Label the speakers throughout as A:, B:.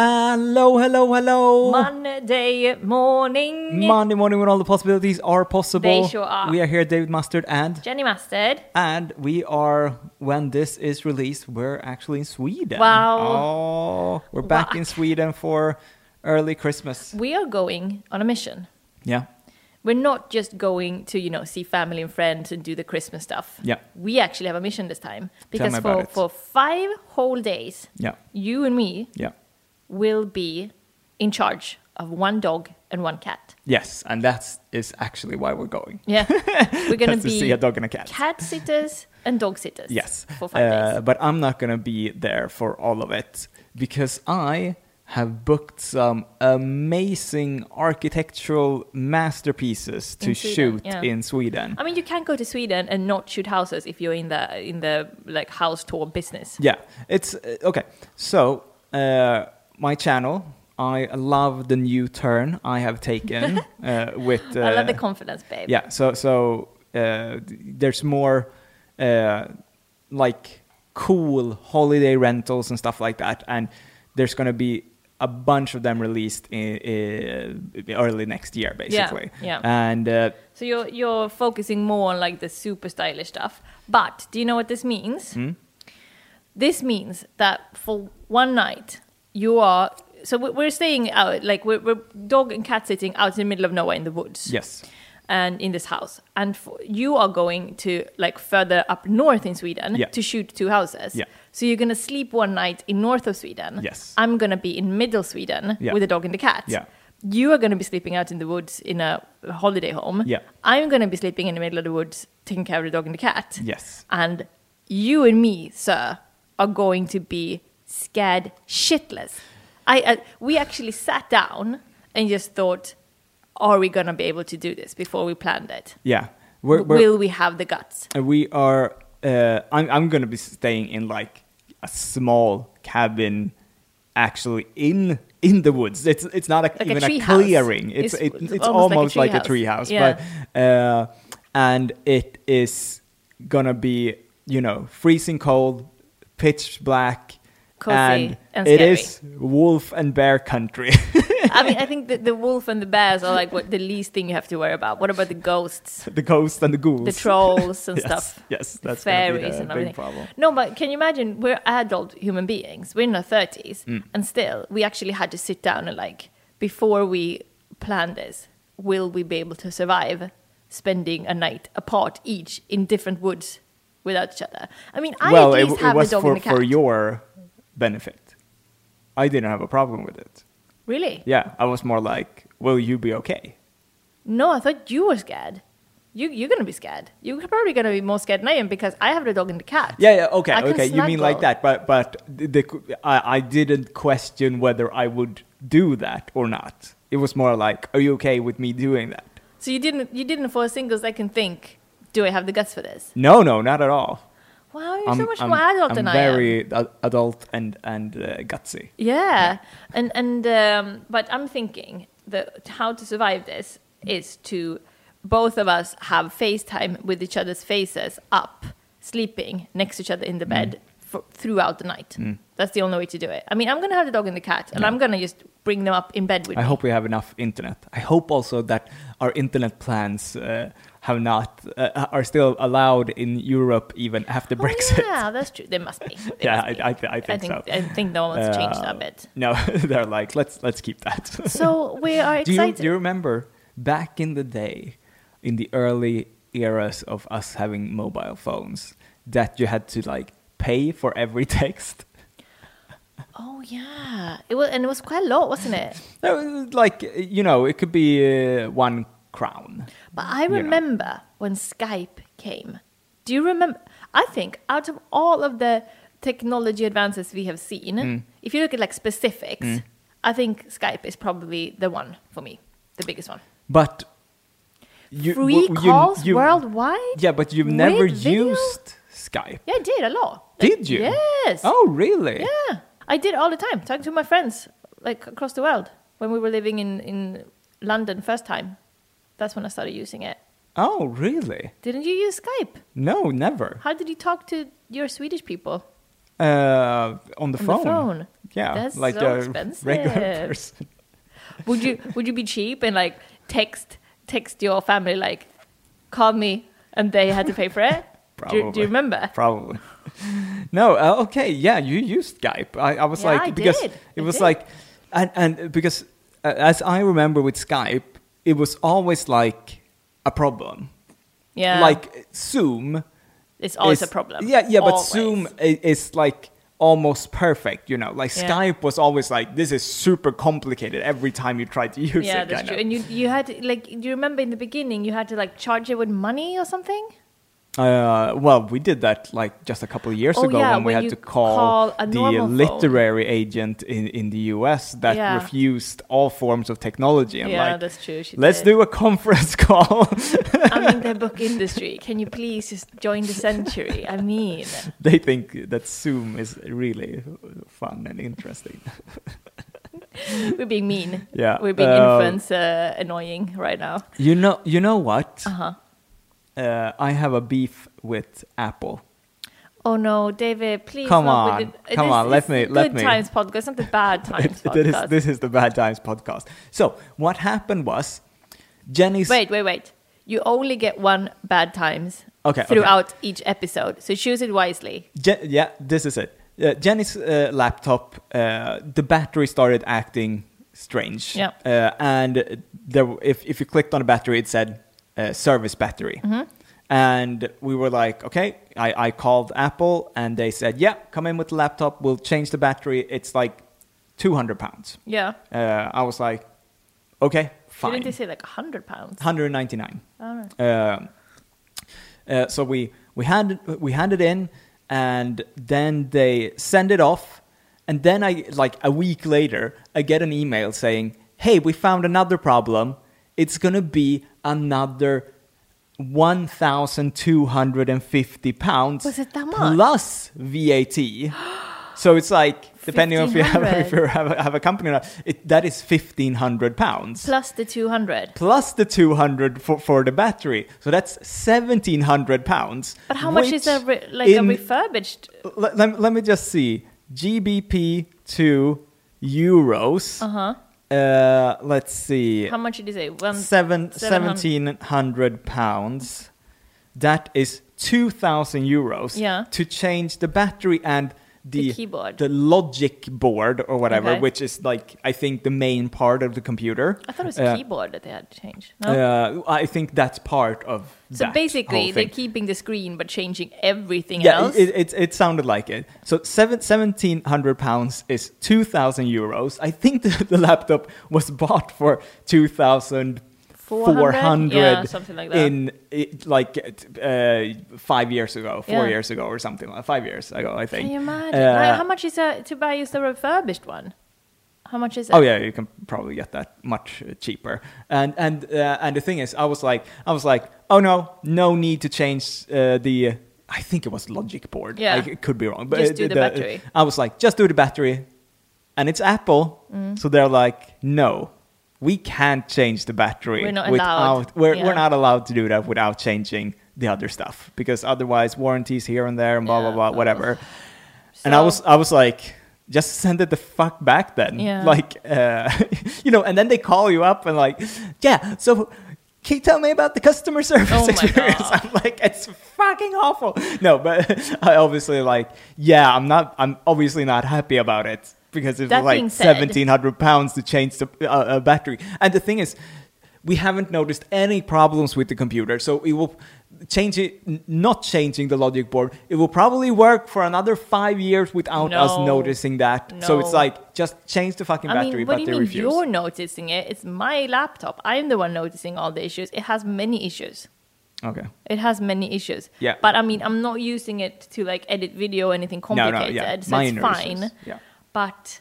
A: Hello, hello, hello.
B: Monday morning.
A: Monday morning when all the possibilities are possible.
B: They sure are.
A: We are here, David Mustard, and
B: Jenny Mustard.
A: and we are when this is released, we're actually in Sweden.
B: Wow.
A: Oh, we're back in Sweden for early Christmas.
B: We are going on a mission.
A: Yeah,
B: We're not just going to, you know, see family and friends and do the Christmas stuff.
A: Yeah.
B: We actually have a mission this time. Because
A: me about
B: for,
A: it.
B: for five whole days,
A: yeah,
B: you and me
A: yeah.
B: will be in charge of one dog and one cat.
A: Yes, and that is actually why we're going.
B: Yeah. We're gonna
A: That's to
B: be
A: see a dog and a cat.
B: cat sitters and dog sitters.
A: Yes.
B: For five
A: Uh,
B: days.
A: But I'm not going to be there for all of it because I have booked some amazing architectural masterpieces to
B: In Sweden,
A: shoot
B: yeah.
A: in Sweden.
B: I mean you can't go to Sweden and not shoot houses if you're in the in the like house tour business.
A: Yeah, it's uh, okay. So, uh, my channel, I love the new turn I have taken uh, with. Uh,
B: I love the confidence, babe.
A: yeah so so uh, th- there's more uh, like cool holiday rentals and stuff like that and there's going to be a bunch of them released in, i early next year basically
B: yeah.
A: and uh,
B: So you're you're focusing more on like the super stylish stuff. But do you know what this means?
A: Hmm?
B: This means that for one night you are. So we- we're staying out, like we're, we're dog and cat sitting out in the middle of nowhere in the woods,
A: yes
B: and in this house. And for, you are going to like further up north in Sweden
A: Yeah.
B: to shoot two houses.
A: Yeah.
B: So you're gonna sleep one night in north of Sweden.
A: Yes.
B: I'm gonna be in middle Sweden
A: Yeah.
B: with a dog and a cat.
A: Yeah.
B: You are gonna be sleeping out in the woods in a holiday home.
A: Yeah.
B: I'm gonna be sleeping in the middle of the woods, taking care of the dog and the cat.
A: yes
B: And you and me, sir, are going to be scared shitless. I uh, we actually sat down and just thought, are we gonna be able to do this before we planned it?
A: yeah we're, we're,
B: Will we have the guts?
A: And we are uh, I'm, I'm gonna be staying in like a small cabin actually in in the woods it's it's not a,
B: a
A: even a,
B: tree house.
A: clearing it's it,
B: It's-
A: it's,
B: it's
A: almost, like a tree
B: treehouse.
A: house,
B: Yeah.
A: but uh, and it is gonna be you know freezing cold pitch black
B: Cozy
A: and,
B: and
A: it
B: scary.
A: is wolf and bear country
B: I mean, I think that the wolf and the bears are like what the least thing you have to worry about. What about the ghosts,
A: the ghosts and the ghouls
B: the trolls and
A: yes,
B: stuff?
A: yes that's gonna be
B: fairies
A: the
B: and
A: big
B: everything.
A: problem
B: No, but can you imagine? We're adult human beings. We're in our thirties,
A: Mm.
B: and still, we actually had to sit down and like before we plan this, will we be able to survive spending a night apart each in different woods without each other? I mean, I
A: well,
B: at
A: it,
B: least
A: it
B: have
A: was
B: a dog
A: for,
B: and a cat.
A: for your benefit. I didn't have a problem with it.
B: really?
A: Yeah, I was more like, will you be okay?
B: No, I thought you were scared. You, you're gonna be scared. You're probably gonna be more scared than I am because I have the dog and the cat.
A: Yeah, yeah, okay,
B: I can
A: okay. You mean like
B: snuggle.
A: that, but but the, the, I, I didn't question whether I would do that or not. It was more like, are you okay with me doing that?
B: So you didn't, you didn't for a single second think, do I have the guts for this?
A: No, no, not at all.
B: Wow, you're so much more adult
A: I'm
B: than I am.
A: very ad- adult and and uh, gutsy.
B: Yeah, and and um, but I'm thinking that how to survive this is to both of us have FaceTime with each other's faces up, sleeping next to each other in
A: Mm.
B: the bed for, throughout the night. That's the only way to do it. I mean, I'm gonna have the dog and the cat, and I'm gonna just bring them up in bed with
A: I
B: me.
A: hope we have enough internet. I hope also that our internet plans uh, have not uh, are still allowed in Europe even after
B: Oh,
A: Brexit.
B: yeah, that's true. There must be. There
A: Yeah,
B: must
A: I-
B: be.
A: I thi- I think so.
B: I think no one's changed
A: Uh,
B: that bit.
A: No, they're like let's let's keep that.
B: So we are
A: do you
B: excited.
A: do you remember back in the day, in the early eras of us having mobile phones, that you had to like pay for every text?
B: Oh yeah, it was and it was quite a lot, wasn't it?
A: That was Like you know, it could be uh, one crown.
B: But I
A: know.
B: remember when Skype came. Do you remember? I think out of all of the technology advances we have seen,
A: Mm.
B: if you look at like specifics, I think Skype is probably the one for me, the biggest one.
A: But you,
B: Free
A: w- you-
B: calls
A: you-
B: worldwide.
A: Yeah, but you've
B: With
A: never
B: video?
A: used Skype.
B: Yeah, I did a lot.
A: Did you?
B: Yes.
A: Oh, really?
B: Yeah, I did all the time. Talking to my friends like across the world when we were living in in London first time. That's when I started using it.
A: Oh, really?
B: Didn't you use Skype?
A: No, never.
B: How did you talk to your Swedish people?
A: Uh, on the
B: On
A: phone.
B: the phone.
A: yeah,
B: That's
A: like
B: so
A: a regular
B: expensive.
A: person.
B: Would you would you be cheap and like text text your family like call me and they had to pay for it? Do you- do,
A: Probably.
B: you remember?
A: Probably. No, uh, okay, yeah, you used Skype. I, I was
B: Yeah,
A: like,
B: I
A: because
B: did.
A: it
B: I
A: was
B: did.
A: like, and, and because uh, as I remember with Skype, it was always like a problem.
B: Yeah.
A: Like Zoom.
B: it's always
A: is-
B: a problem.
A: Yeah, yeah, but
B: Always.
A: Zoom i- is like almost perfect, you know. Like
B: Yeah.
A: Skype was always like, this is super complicated every time you try to use
B: Yeah,
A: it.
B: that's
A: kind
B: true.
A: of.
B: And you you had to, like do you remember in the beginning you had to like charge it with money or something?
A: Uh, well, we did that like just a couple of years
B: Oh,
A: ago
B: yeah,
A: when we
B: when
A: had
B: you
A: to call,
B: call a
A: the
B: normal phone.
A: literary agent in, in the US that
B: Yeah.
A: refused all forms of technology. And
B: yeah,
A: like,
B: that's true. She
A: let's
B: did.
A: do a conference call.
B: I'm in the book industry. Can you please just join the century? I mean,
A: they think that Zoom is really fun and interesting.
B: we're being mean.
A: Yeah,
B: We're being
A: uh,
B: influencer annoying right now.
A: You know, you know what?
B: Uh huh.
A: Uh, I have a beef with Apple.
B: Oh no, David, please.
A: Come
B: not
A: on,
B: with it.
A: come
B: This
A: on, let
B: is
A: me-
B: Good
A: let me.
B: times podcast, not the bad times
A: That is-
B: podcast.
A: this is the Bad Times podcast. So what happened was, Jenny's
B: Wait, wait, wait. You only get one bad times
A: Okay, okay.
B: throughout each episode, so choose it wisely.
A: Je- yeah, this is it. Uh, Jenny's uh, laptop, uh, the battery started acting strange.
B: Yeah.
A: Uh, and there, w- if, if you clicked on the battery, it said uh, service battery. And we were like, okay, I, I called Apple and they said, yeah, come in with the laptop. We'll change the battery. It's like 200 pounds.
B: Yeah.
A: Uh, I was like, okay, fine.
B: Didn't they say like hundred pounds?
A: 199.
B: All right.
A: Um, uh, so we we handed we handed in, and then they send it off, and then I like a week later I get an email saying, "Hey, we found another problem. It's gonna be another." 1250 pounds
B: Was it that much?
A: plus VAT so it's like depending on if you have
B: 1500.
A: if you have a, have a company or not it, that is 1500 pounds
B: Plus the two hundred.
A: plus the 200 for, for the battery. So that's 1700 pounds.
B: But how much
A: which
B: is a re- like a
A: in-
B: refurbished?
A: L- let, let, me just see. GBP to euros.
B: Uh huh.
A: Uh, let's see.
B: How much did you say? One
A: Seven,
B: seven hun-
A: 1700 pounds. That is 2000 euros
B: Yeah.
A: to change the battery and the,
B: The keyboard.
A: the logic board or whatever,
B: Okay.
A: which is like, I think, the main part of the computer.
B: I thought it was
A: Uh,
B: a keyboard that they had changed. No?
A: uh, I think that's part of.
B: Uh-huh. so
A: that
B: basically,
A: whole
B: they're
A: thing.
B: keeping the screen but changing everything
A: yeah,
B: else.
A: it, it, it sounded like it. So seven, 1700 pounds is 2000 euros. I think the, the laptop was bought for 2400
B: Yeah, something like that.
A: in it, like uh, five years ago, four
B: Yeah.
A: years ago, or something like five years ago, I think.
B: Can you imagine?
A: Uh,
B: Like, how much is a, to buy just a refurbished one? How much is it?
A: Oh yeah, you can probably get that much uh, cheaper. And and uh, and the thing is, I was like, I was like, oh no, no need to change uh, the. I think it was logic board.
B: Yeah.
A: I could be wrong, but
B: Just
A: uh,
B: do the battery.
A: I was like, just do the battery, and it's Apple,
B: Mm.
A: so they're like, no. We can't change the battery
B: We're not
A: without.
B: allowed.
A: We're, we're
B: Yeah.
A: not allowed to do that without changing the other stuff because otherwise warranties here and there and blah
B: Yeah.
A: blah blah whatever. And I
B: So-
A: was I was like, just send it the fuck back then.
B: Yeah.
A: Like, uh, you know, and then they call you up and like, yeah, so can you tell me about the customer service
B: Oh my
A: experience?
B: God.
A: I'm like, it's fucking awful. No, but I obviously like, yeah, I'm not, I'm obviously not happy about it because it was
B: That
A: like
B: being said-
A: 1700 pounds to change the uh, uh, battery. And the thing is, we haven't noticed any problems with the computer, so it will change it. n- Not changing the logic board, it will probably work for another five years without us
B: No.
A: noticing that. So it's
B: No.
A: like just change the fucking
B: I
A: battery,
B: mean,
A: but
B: what do
A: they
B: you mean
A: refuse.
B: you're noticing it? It's my laptop. I'm the one noticing all the issues. It has many issues.
A: Okay.
B: It has many issues.
A: Yeah.
B: But I mean, I'm not using it to like edit video or anything
A: No,
B: complicated.
A: no, yeah.
B: So
A: Minor
B: it's fine.
A: issues. Yeah.
B: But,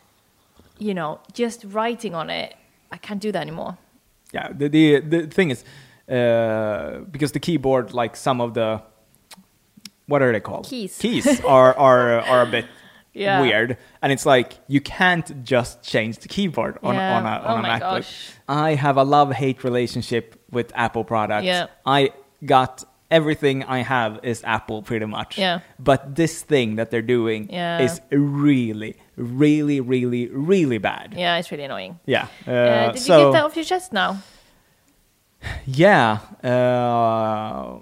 B: you know, just writing on it, I can't do that anymore.
A: Yeah, the the, the thing is, uh, because the keyboard, like some of the, what are they called?
B: Keys.
A: Keys are are are a bit
B: Yeah.
A: weird, and it's like you can't just change the keyboard on
B: Yeah.
A: on a on
B: Oh
A: a
B: my
A: MacBook.
B: gosh.
A: I have a love hate relationship with Apple products.
B: Yeah.
A: I got. Everything I have is Apple, pretty much.
B: Yeah.
A: But this thing that they're doing
B: Yeah.
A: is really, really, really, really bad.
B: Yeah, it's really annoying.
A: Yeah. Uh,
B: Uh, did
A: so
B: you get that off your chest now?
A: yeah. Uh,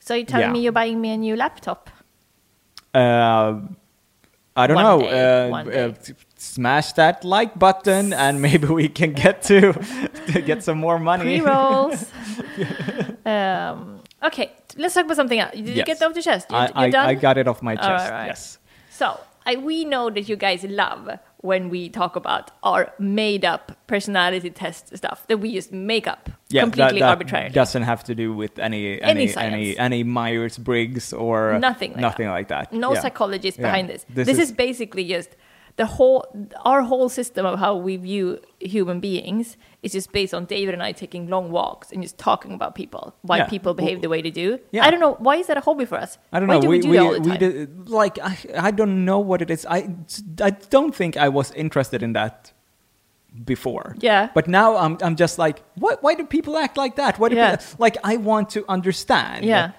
B: So you're telling
A: Yeah.
B: me you're buying me a new laptop?
A: uh, I don't
B: One
A: know.
B: day,
A: uh,
B: one
A: uh,
B: day.
A: t- smash that like button, and maybe we can get to, to get some more money.
B: Pre rolls. um, okay, let's talk about something else. Did you
A: Yes.
B: get that off your chest? You,
A: I,
B: you're
A: I,
B: done?
A: I got it off my
B: All
A: chest.
B: right.
A: Yes.
B: So I, we know that you guys love when we talk about our made up personality test stuff that we just make up
A: Yeah, that-
B: completely
A: that
B: arbitrarily.
A: Doesn't have to do with any
B: Any
A: any
B: science.
A: any, any Myers Briggs or
B: Nothing like
A: nothing like that.
B: no
A: Yeah.
B: psychologist
A: Yeah.
B: behind this. This, is, basically just the whole our whole system of how we view human beings is just based on David and I taking long walks and just talking about people, why
A: Yeah.
B: people behave the way they do.
A: Yeah.
B: I don't know why is that a hobby for us.
A: I don't
B: why
A: know.
B: Do
A: we
B: we do
A: we,
B: that all the
A: we
B: time?
A: did, like I, I don't know what it is. I I don't think I was interested in that before.
B: Yeah.
A: But now I'm I'm just like, what? Why do people act like that? Why do
B: Yeah.
A: people, like I want to understand?
B: Yeah.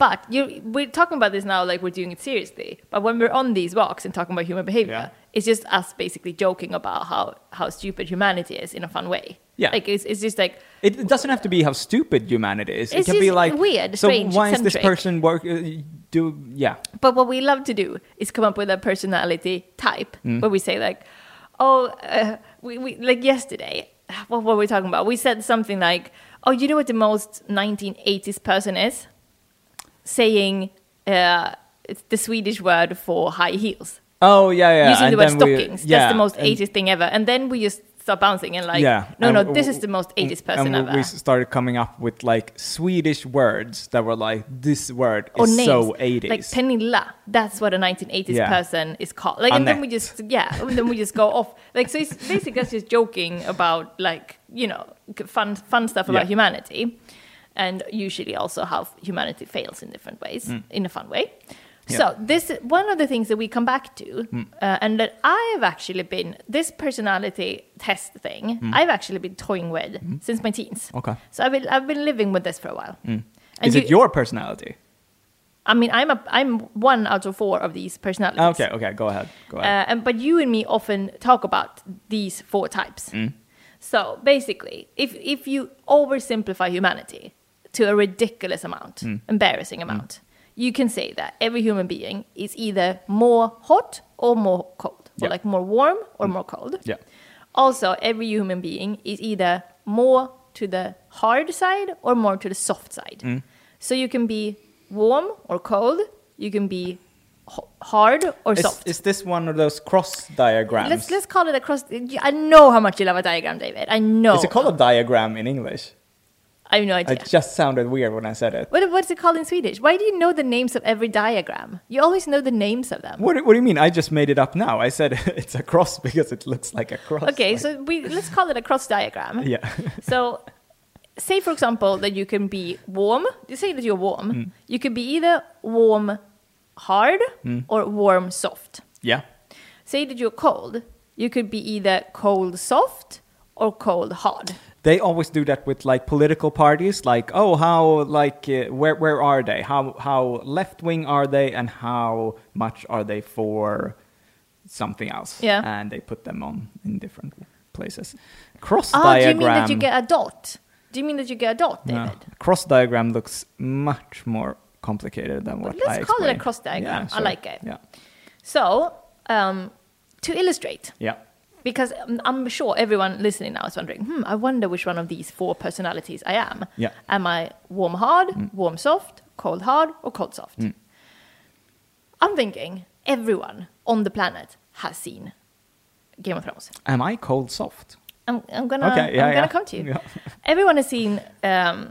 B: But you, we're talking about this now like we're doing it seriously. But when we're on these walks and talking about human behavior,
A: Yeah.
B: it's just us basically joking about how, how stupid humanity is in a fun way.
A: Yeah.
B: Like it's, it's just like,
A: It doesn't have to be how stupid humanity is.
B: It's
A: it can be
B: just
A: like
B: weird,
A: So
B: strange,
A: why is this
B: eccentric.
A: person work? Uh, do yeah.
B: but what we love to do is come up with a personality type
A: Mm.
B: where we say like, oh, uh, we, we, like yesterday, what were we talking about? We said something like, oh, you know what the most 1980s person is? Saying uh, it's the Swedish word for high heels.
A: Oh yeah yeah.
B: using
A: and
B: the word
A: then we-
B: stockings.
A: yeah,
B: That's the most
A: and-
B: 80s thing ever. And then we just start bouncing and like,
A: yeah.
B: no,
A: and
B: no,
A: w-
B: this is the most 80s person
A: and
B: ever.
A: We started coming up with like Swedish words that were like this word
B: or
A: is
B: names
A: so 80s.
B: like Penilla. That's what a 1980s
A: Yeah.
B: person is called. Like, and then we
A: Annette.
B: just yeah, and then we just go off. Like, so it's basically us just joking about like you know g- fun fun stuff about
A: Yeah.
B: humanity, and usually also how f- humanity fails in different ways
A: Mm.
B: in a fun way. So this one of the things that we come back to,
A: Mm.
B: uh, and that I've actually been this personality test thing.
A: Mm.
B: I've actually been toying with since my teens.
A: Okay.
B: So I've been I've been living with this for a while.
A: Mm. is it
B: you-
A: your personality? Ah,
B: I mean, I'm a I'm one out of four of these personalities.
A: Okay, okay, go ahead. Go ahead.
B: Uh, and but you and me often talk about these four types.
A: Mm.
B: So basically, if if you oversimplify humanity to a ridiculous amount,
A: Mm.
B: embarrassing amount, you can say that every human being is either more hot or more cold, or
A: Yeah. Mm.
B: like more warm or more cold.
A: Yeah.
B: Also, every human being is either more to the hard side or more to the soft side.
A: Mm.
B: So you can be warm or cold. You can be ho- hard or
A: is,
B: soft.
A: is this one of those cross diagrams?
B: Let's let's call it a cross. I know how much you love a diagram, David. I know.
A: Is it called a diagram in English?
B: I have no
A: I
B: idea.
A: just sounded weird when I said it.
B: What what's it called in Swedish? Why do you know the names of every diagram? You always know the names of them.
A: What, do- what do you mean? I just made it up now. I said it's a cross because it looks like a cross.
B: Okay,
A: Like-
B: so we let's call it a cross diagram.
A: yeah,
B: So, say for example that you can be warm. You say that you're warm.
A: Mm.
B: You could be either warm, hard,
A: Mm.
B: or warm soft.
A: yeah,
B: Say that you're cold. You could be either cold soft or cold hard.
A: they always do that with like political parties. Like, oh, how like uh, where where are they? How how left wing are they, and how much are they for something else?
B: Yeah.
A: and they put them on in different places. Cross
B: Ah, do you
A: diagram.
B: mean that you get a dot? Do you mean that you get a dot,
A: No.
B: David?
A: Cross diagram looks much more complicated than what
B: But let's
A: I
B: call it a
A: explained.
B: cross diagram. I
A: sure.
B: like it.
A: Yeah.
B: So, um, to illustrate,
A: Yeah.
B: because um, I'm sure everyone listening now is wondering, hmm, I wonder which one of these four personalities I am.
A: Yeah.
B: Am I warm hard,
A: Mm.
B: warm soft, cold hard, or cold soft? I'm thinking everyone on the planet has seen Game of Thrones.
A: Am I cold soft?
B: I'm, I'm gonna,
A: Okay, yeah,
B: I'm
A: yeah.
B: gonna come to you.
A: Yeah.
B: Everyone has seen um,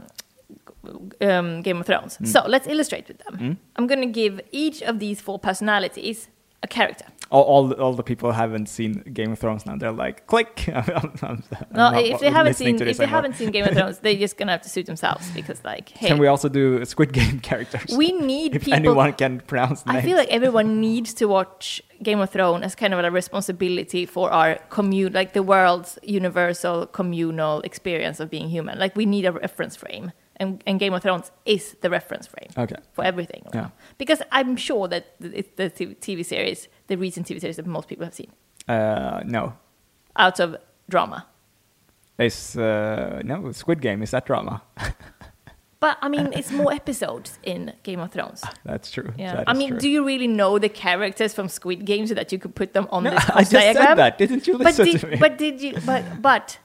B: um, Game of Thrones,
A: Mm.
B: so let's illustrate with them. I'm gonna give each of these four personalities a character.
A: All, all, all the people haven't seen Game of Thrones now. They're like, click. I'm, I'm, I'm
B: No,
A: not
B: if they haven't
A: listening
B: seen
A: to
B: if
A: this
B: they
A: anymore.
B: haven't seen Game of Thrones, they're just gonna have to suit themselves because, like, hey,
A: can we
B: we,
A: also do Squid Game characters?
B: need
A: if
B: people.
A: anyone can pronounce names.
B: I feel like everyone needs to watch Game of Thrones as kind of a responsibility for our commune, like the world's universal communal experience of being human. Like we need a reference frame, and, and Game of Thrones is the reference frame
A: Okay.
B: for everything.
A: Uh, Yeah.
B: Because I'm sure that it's the TV series, the recent TV series that most people have seen.
A: Uh, no,
B: out of drama.
A: it's uh, no Squid Game. Is that drama?
B: But I mean, it's more episodes in Game of Thrones.
A: That's true.
B: Yeah.
A: Ah, That
B: I
A: is
B: mean,
A: true.
B: do you really know the characters from Squid Game so that you could put them on
A: No,
B: this
A: I just
B: cost diagram?
A: said that. Didn't you
B: but
A: listen
B: did,
A: to me?
B: But did you? But but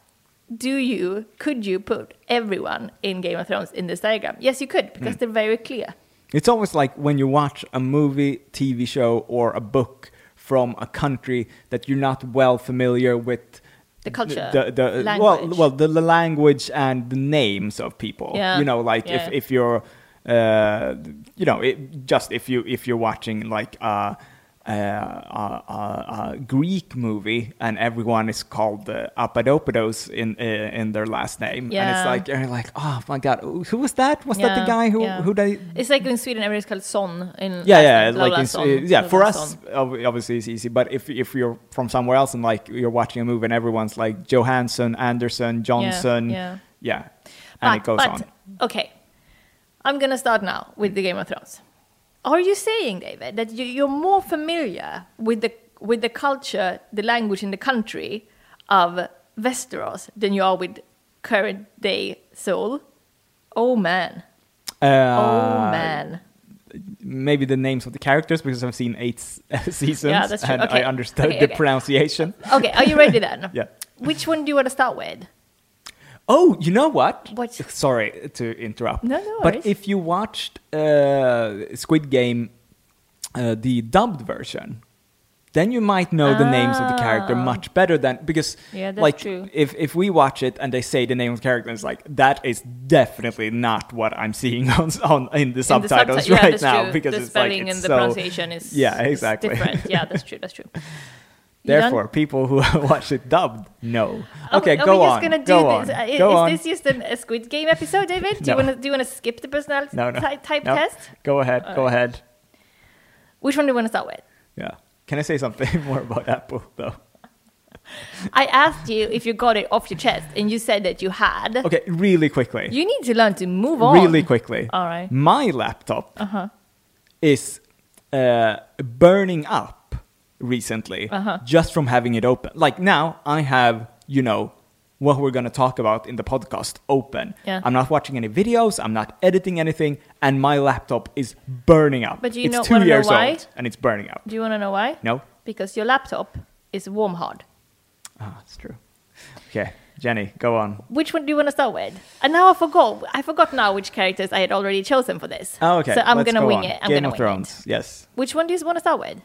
B: do you? Could you put everyone in Game of Thrones in this diagram? Yes, you could
A: Hmm.
B: because they're very clear.
A: It's almost like when you watch a movie, TV show, or a book from a country that you're not well familiar with.
B: The culture,
A: the, the, well,
B: language.
A: well, the, the language and the names of people.
B: Yeah.
A: You know, like
B: Yeah.
A: if if you're, uh, you know, it, just if you if you're watching like a, a, a, a, a Greek movie and everyone is called uh, Apadopodos in uh, in their last name, and it's
B: Yeah.
A: like you're like, oh my god, who was that? Was that the
B: Yeah,
A: guy who
B: yeah.
A: who they
B: It's like in Sweden, everybody's called son. In
A: yeah,
B: last
A: yeah,
B: name, blah,
A: like
B: blah,
A: in-
B: son,
A: uh, yeah.
B: blah,
A: For
B: blah,
A: us,
B: son.
A: ob- obviously it's easy. But if if you're from somewhere else and like you're watching a movie and everyone's like Johansson, Anderson, Johnson,
B: yeah.
A: yeah.
B: but,
A: and it goes
B: but,
A: on.
B: Okay, I'm gonna start now with the Game of Thrones. Are you saying, David, that you, you're more familiar with the with the culture, the language, and the country of Westeros than you are with current day Seoul? Oh man! Oh
A: Uh,
B: man!
A: Maybe the names of the characters because I've seen eight s- seasons
B: Yeah, that's true.
A: and
B: Okay.
A: I understood
B: Okay,
A: the
B: okay.
A: pronunciation.
B: Okay, are you ready then?
A: Yeah.
B: Which one do you want to start with?
A: Oh, you know what?
B: What?
A: Sorry to interrupt.
B: No, no
A: But
B: worries.
A: if you watched uh, Squid Game, uh, the dubbed version, then you might know the names of the character
B: Ah.
A: much better than because,
B: Yeah, that's
A: like,
B: true.
A: if if we watch it and they say the name of the character, it's like that is definitely not what I'm seeing on on in the subtitles
B: subti- yeah,
A: right
B: that's
A: now
B: true.
A: because
B: the
A: it's like
B: spelling
A: it's
B: and the
A: so-
B: pronunciation is
A: Yeah,
B: is
A: exactly.
B: different. Yeah, that's true. That's true. You done?
A: Therefore, people who watch it dubbed know.
B: Are we-
A: Okay,
B: Oh, are
A: go
B: we
A: on.
B: just gonna do
A: go
B: this?
A: on.
B: Uh, i-
A: go
B: is
A: on.
B: this just an, a Squid Game episode, David? Do
A: No.
B: you want to do you want to skip the personality
A: no, no,
B: ty- type
A: no.
B: test?
A: Go ahead.
B: All
A: go
B: right.
A: ahead.
B: Which one do you want to start with?
A: Yeah. Can I say something more about Apple though?
B: I asked you if you got it off your chest, and you said that you had.
A: Okay, really quickly.
B: You need to learn to move on.
A: really quickly.
B: All right.
A: My laptop
B: Uh-huh.
A: is uh, burning up recently
B: Uh-huh.
A: just from having it open. Like now I have, you know, what we're going to talk about in the podcast open.
B: Yeah.
A: I'm not watching any videos, I'm not editing anything, and my laptop is burning up.
B: But you
A: it's
B: know-
A: 2
B: wanna know
A: years
B: why?
A: old and it's burning up.
B: Do you want to know why?
A: No?
B: Because your laptop is warm hard.
A: Ah, it's true. Okay, Jenny, go on.
B: Which one do you want to start with? And now I forgot. I forgot now which characters I had already chosen for this.
A: Oh, okay.
B: So I'm
A: let's
B: gonna
A: go
B: wing
A: on.
B: it. I'm
A: Game
B: gonna
A: of
B: wing
A: Thrones. Yes.
B: It. Which one do you want to start with?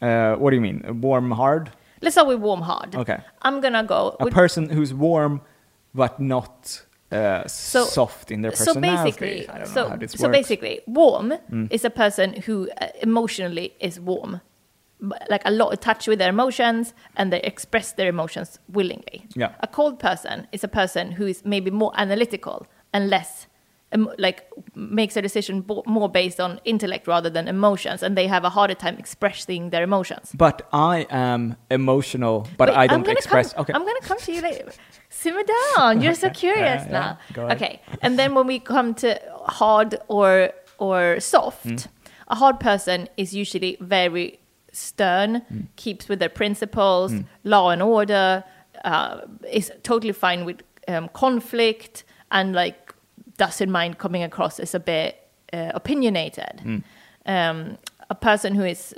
A: Uh, what do you mean? Warm, hard?
B: Let's start with warm hard.
A: Okay.
B: I'm gonna go.
A: A
B: with-
A: person who's warm but not uh, soft in their
B: so
A: personality.
B: basically,
A: I don't know how
B: so,
A: this
B: so
A: works. Mm.
B: basically, warm is a person who uh, emotionally is warm, B- like a lot in touch with their emotions, and they express their emotions willingly.
A: Yeah.
B: A cold person is a person who is maybe more analytical and less, em- like makes a decision bo- more based on intellect rather than emotions, and they have a harder time expressing their emotions.
A: But I am emotional, but
B: Wait,
A: I
B: I'm
A: don't
B: gonna
A: express.
B: Come,
A: okay.
B: I'm gonna come to you later. Simmer down. You're so curious
A: yeah,
B: now.
A: go ahead.
B: Okay, and then when we come to hard or or soft,
A: Hmm.
B: a hard person is usually very stern,
A: Hmm.
B: keeps with their principles, law and order, uh, is totally fine with um, conflict, and like doesn't mind coming across as a bit uh, opinionated.
A: Hmm.
B: Um, a person who is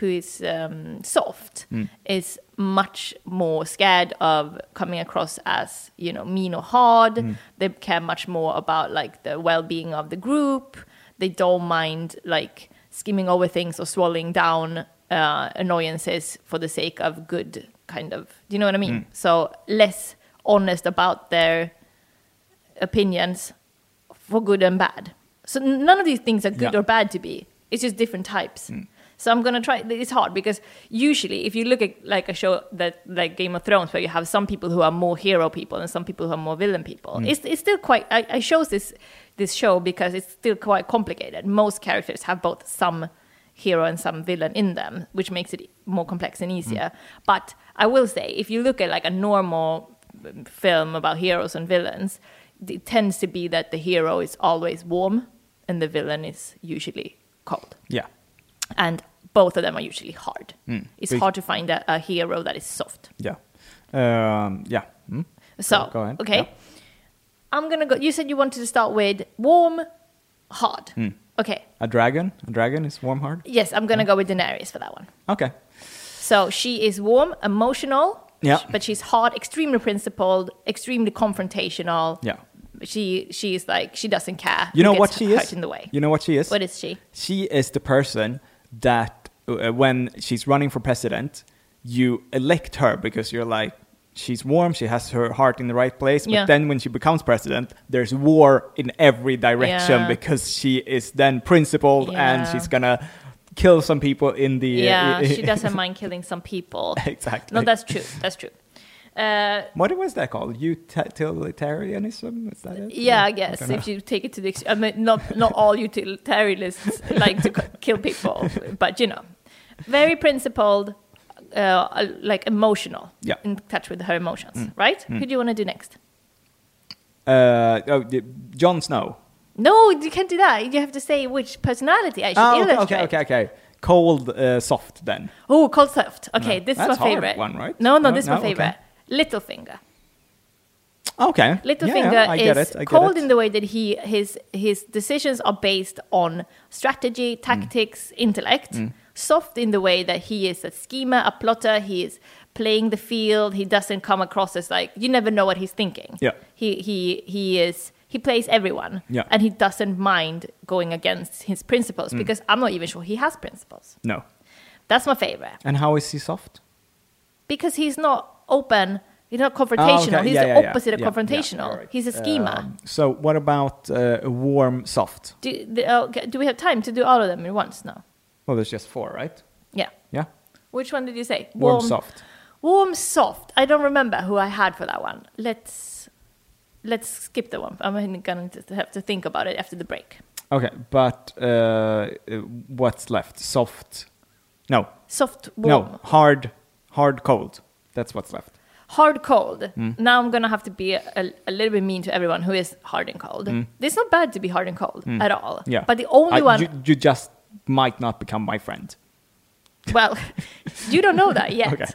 B: who is um, soft is much more scared of coming across as you know mean or hard. They care much more about like the well-being of the group. They don't mind like skimming over things or swallowing down uh, annoyances for the sake of good kind of. Do you know what I mean? So less honest about their opinions for good and bad. So n- none of these things are good
A: Yeah.
B: or bad to be. It's just different types. So I'm gonna try. It's hard because usually, if you look at like a show that like Game of Thrones, where you have some people who are more hero people and some people who are more villain people, it's it's still quite. I, I chose this this show because it's still quite complicated. Most characters have both some hero and some villain in them, which makes it more complex and easier.
A: Hmm.
B: But I will say, if you look at like a normal um, film about heroes and villains, it tends to be that the hero is always warm and the villain is usually cold.
A: yeah.
B: And both of them are usually hard.
A: Mm.
B: It's
A: We-
B: hard to find a, a hero that is soft.
A: Yeah. Um, yeah. Mm.
B: So,
A: go ahead.
B: okay.
A: Yeah.
B: I'm going to go. You said you wanted to start with warm, hard.
A: Hmm.
B: Okay.
A: A dragon. A dragon is warm hard.
B: Yes, I'm going to go with Daenerys for that one.
A: Okay.
B: So she is warm, emotional,
A: Yeah.
B: but she's hard, extremely principled, extremely confrontational.
A: Yeah.
B: She she is like she doesn't care.
A: You know
B: who
A: what
B: gets
A: she
B: hurt
A: is?
B: in the way.
A: You know what she is?
B: What is she?
A: she is the person that uh, when she's running for president, you elect her because you're like, she's warm, she has her heart in the right place. But
B: Yeah.
A: then when she becomes president, there's war in every direction
B: Yeah.
A: because she is then principled and
B: Yeah.
A: she's gonna kill some people in the. uh,
B: Yeah, she doesn't mind killing some people.
A: Exactly.
B: No, that's true. That's true. Uh,
A: What was that called? Utilitarianism? Is that it?
B: yeah, I
A: don't
B: guess
A: know.
B: if you take it to the extreme, I mean, not not all utilitarianists like to c- kill people, but you know, very principled, uh, like emotional,
A: Yeah. Mm.
B: in touch with her emotions, right? Who do you want to do next?
A: Uh, oh, the- Jon Snow.
B: No, you can't do that. You have to say which personality I should
A: Oh, okay,
B: illustrate.
A: okay, okay, okay. Cold, uh, soft then.
B: Oh, cold soft. Okay, this
A: That's
B: is my
A: hard
B: favorite
A: one, right?
B: No, no,
A: No,
B: this is
A: no,
B: my
A: okay.
B: favorite. Littlefinger.
A: Okay.
B: Littlefinger
A: yeah, yeah, I
B: is
A: get it, I get
B: cold
A: it.
B: in the way that he his his decisions are based on strategy,
A: Mm.
B: tactics, intellect. Soft in the way that he is a schemer, a plotter. He is playing the field. He doesn't come across as like you never know what he's thinking.
A: Yeah.
B: He he he is he plays everyone.
A: Yeah. Mm.
B: And he doesn't mind going against his principles because I'm not even sure he has principles.
A: No.
B: That's my favorite
A: And how is he soft?
B: because he's not open. He's not confrontational.
A: Oh, Ah, okay,
B: He's
A: yeah,
B: the
A: yeah, yeah,
B: opposite of
A: yeah, Um, yeah,
B: confrontational.
A: alright.
B: He's a schemer.
A: So what about uh, warm, soft?
B: Do, the, uh, okay, do we have time to do all of them at once now?
A: Well, there's just four, right?
B: Yeah.
A: Yeah.
B: Which one did you say?
A: Warm, soft.
B: Warm, soft. I don't remember who I had for that one. Let's let's skip the one. I'm going to have to think about it after the break.
A: Okay, but uh, uh, what's left? Soft. No.
B: Soft, warm,
A: No. Hard. Hard, cold. That's what's left.
B: hard, cold.
A: Mm.
B: Now I'm gonna have to be a, a little bit mean to everyone who is hard and cold. It's not bad to be hard and cold at all.
A: Mm. Yeah.
B: But the only
A: I-
B: one,
A: You, you just might not become my friend.
B: well, you don't know that yet.
A: Okay.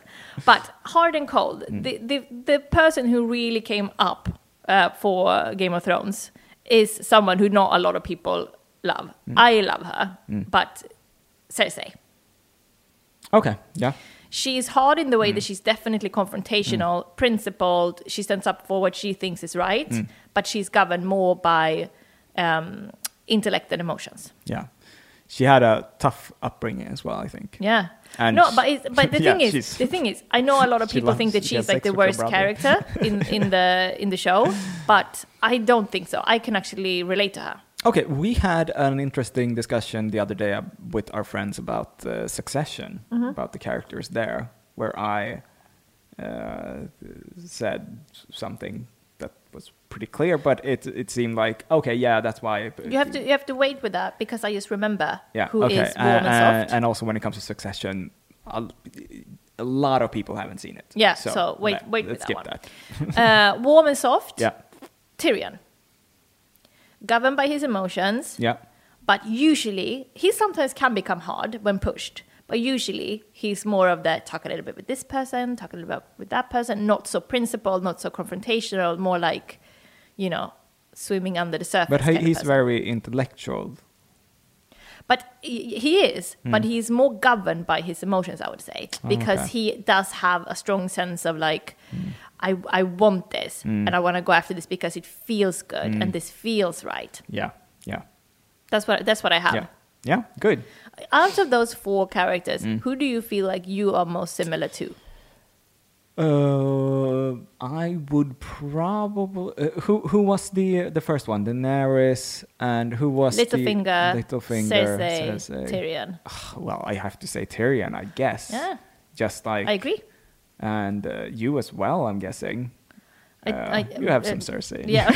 B: But hard and cold. The, the the person who really came up uh, for Game of Thrones is someone who not a lot of people love. I love her, but Cersei.
A: Okay. Yeah.
B: She is hard in the way that she's definitely confrontational, principled. She stands up for what she thinks is right, but she's governed more by um, intellect and emotions.
A: Yeah. She had a tough upbringing as well, I think.
B: Yeah.
A: And
B: no,
A: sh-
B: but it's, but the
A: yeah,
B: thing is,
A: she's-
B: the thing is, I know a lot of
A: she
B: people
A: loves-
B: think that
A: she has
B: she's like
A: sex
B: the
A: with her
B: worst
A: brother.
B: character in, in the in the show, but I don't think so. I can actually relate to her.
A: Okay, we had an interesting discussion the other day uh, with our friends about uh, Succession,
B: Mm-hmm.
A: about the characters there, where I uh, said something that was pretty clear, but it it seemed like okay, yeah, that's why.
B: You have to you have to wait with that because I just remember
A: yeah,
B: who is
A: okay.
B: warm
A: uh, uh,
B: and soft.
A: and also when it comes to Succession, a, a lot of people haven't seen it.
B: Yeah, so wait-
A: le-
B: wait with
A: let's
B: that
A: skip
B: one.
A: that.
B: uh, warm and soft.
A: Yeah,
B: Tyrion. Governed by his emotions,
A: yeah,
B: but usually he sometimes can become hard when pushed. But usually he's more of the talk a little bit with this person, talk a little bit with that person, not so principled, not so confrontational, more like, you know, swimming under the surface.
A: but he,
B: kind of
A: he's
B: person.
A: very intellectual.
B: But he he is,
A: Hmm.
B: but he's more governed by his emotions, I would say, because he does have a strong sense of like,
A: Hmm.
B: I, I want this and I want to go after this because it feels good
A: Hmm.
B: and this feels right.
A: Yeah, yeah,
B: That's what that's what I have.
A: yeah, yeah. Good.
B: Out of those four characters,
A: Mm.
B: who do you feel like you are most similar to?
A: Uh, I would probably uh, who who was the the first one, Daenerys, and who was the-
B: Littlefinger,
A: Littlefinger,
B: Cersei,
A: Cersei.
B: Tyrion.
A: Ah, Well, I have to say Tyrion, I guess.
B: Yeah.
A: Just like
B: I agree.
A: and uh, you as well, I'm guessing.
B: I-
A: Uh,
B: I-
A: you have
B: uh,
A: some Cersei.
B: Yeah,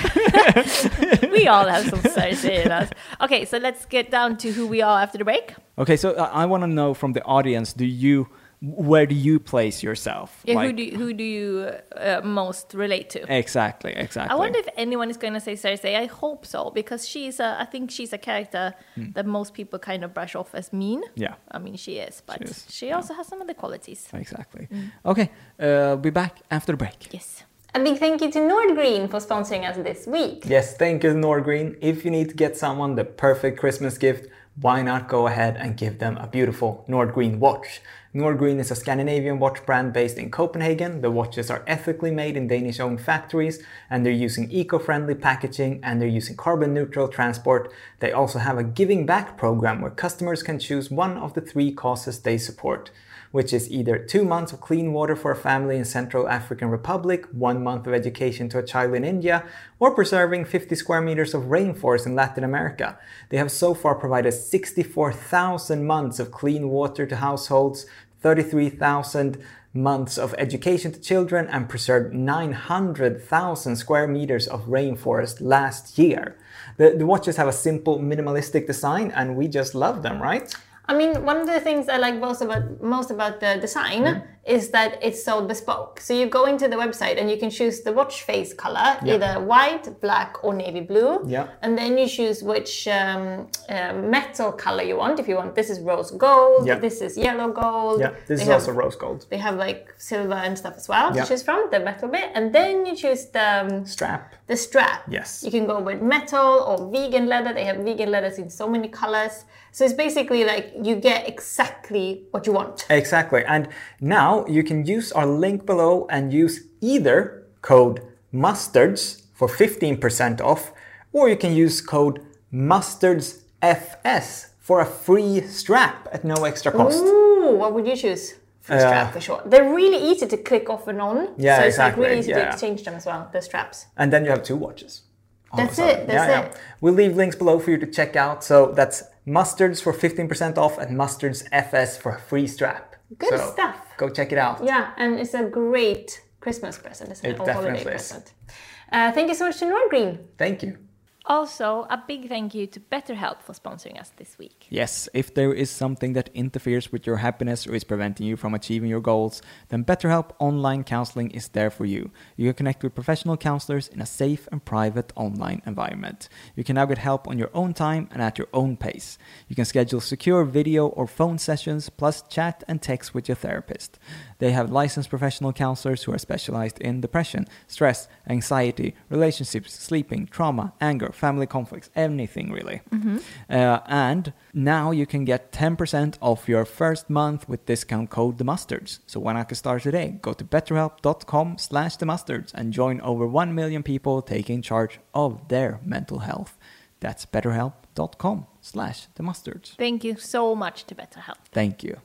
B: we all have some Cersei in us. Okay, so let's get down to who we are after the break.
A: uh, Okay, so I, I want to know from the audience: Do you where do you place yourself?
B: Yeah, who
A: Like-
B: do you, who do you uh, most relate to?
A: exactly, exactly.
B: I wonder if anyone is going to say Cersei. I hope so because she's a. I think she's a character
A: Hmm.
B: that most people kind of brush off as mean.
A: Yeah.
B: I mean she is, but she,
A: is,
B: also has some other qualities.
A: Exactly.
B: Mm.
A: Okay, uh, be back after the break.
B: Yes.
C: A big thank you to Nordgreen for sponsoring us this week.
A: Yes, thank you, Nordgreen. If you need to get someone the perfect Christmas gift, why not go ahead and give them a beautiful Nordgreen watch? Nordgreen is a Scandinavian watch brand based in Copenhagen. The watches are ethically made in Danish owned factories and they're using eco friendly packaging and they're using carbon neutral transport. They also have a giving back program where customers can choose one of the three causes they support which is either two months of clean water for a family in Central African Republic, one month of education to a child in India, or preserving 50 square meters of rainforest in Latin America. They have so far provided 64,000 months of clean water to households, 33,000 months of education to children, and preserved 900,000 square meters of rainforest last year. The, the watches have a simple, minimalistic design, and we just love them, right?
C: I mean, one of the things I like most about most about the design
A: Mm-hmm.
C: is that it's so bespoke. So you go into the website and you can choose the watch face color,
A: Yeah.
C: either white, black, or navy blue.
A: Yeah.
C: And then you choose which um, uh, metal color you want. If you want, this is rose gold.
A: Yeah.
C: This is yellow gold.
A: Yeah, this
C: They
A: is
C: have-
A: also rose gold.
C: They have like silver and stuff as well
A: Yeah.
C: to choose from the metal bit, and then you choose the um,
A: Strap.
C: the strap.
A: Yes.
C: You can go with metal or vegan leather. They have vegan leathers in so many colors. So it's basically like you get exactly what you want.
A: Exactly. And now you can use our link below and use either code mustards for 15% off, or you can use code mustardsfs for a free strap at no extra cost.
C: Ooh, what would you choose? For
A: Uh,
C: strap for sure. They're really easy to click off and on.
A: Yeah,
C: so it's
A: exactly,
C: like really easy
A: yeah.
C: to exchange them as well, the straps.
A: And then you have two watches. all of
C: That's
A: a sudden.
C: it, that's
A: yeah,
C: it.
A: Yeah. We'll leave links below for you to check out. So that's mustards for 15% off and mustardsfs for a free strap.
C: Good
A: So
C: stuff.
A: Go check it out.
C: Yeah, and it's a great Christmas present, isn't it?
A: It
C: Or holiday
A: definitely is.
C: present. Uh, thank you so much to Nordgreen.
A: Thank you.
B: Also, a big thank you to BetterHelp for sponsoring us this week.
A: Yes, if there is something that interferes with your happiness or is preventing you from achieving your goals, then BetterHelp Online Counseling is there for you. You can connect with professional counselors in a safe and private online environment. You can now get help on your own time and at your own pace. You can schedule secure video or phone sessions, plus chat and text with your therapist. They have licensed professional counselors who are specialized in depression, stress, anxiety, relationships, sleeping, trauma, anger, family conflicts, anything really. Uh, and now you can get 10% off your first month with discount code TheMustards. So why not get started today? Go to betterhelp.com slash TheMustards and join over 1 million people taking charge of their mental health. That's betterhelp.com slash TheMustards.
B: Thank you so much to BetterHelp.
A: Thank you.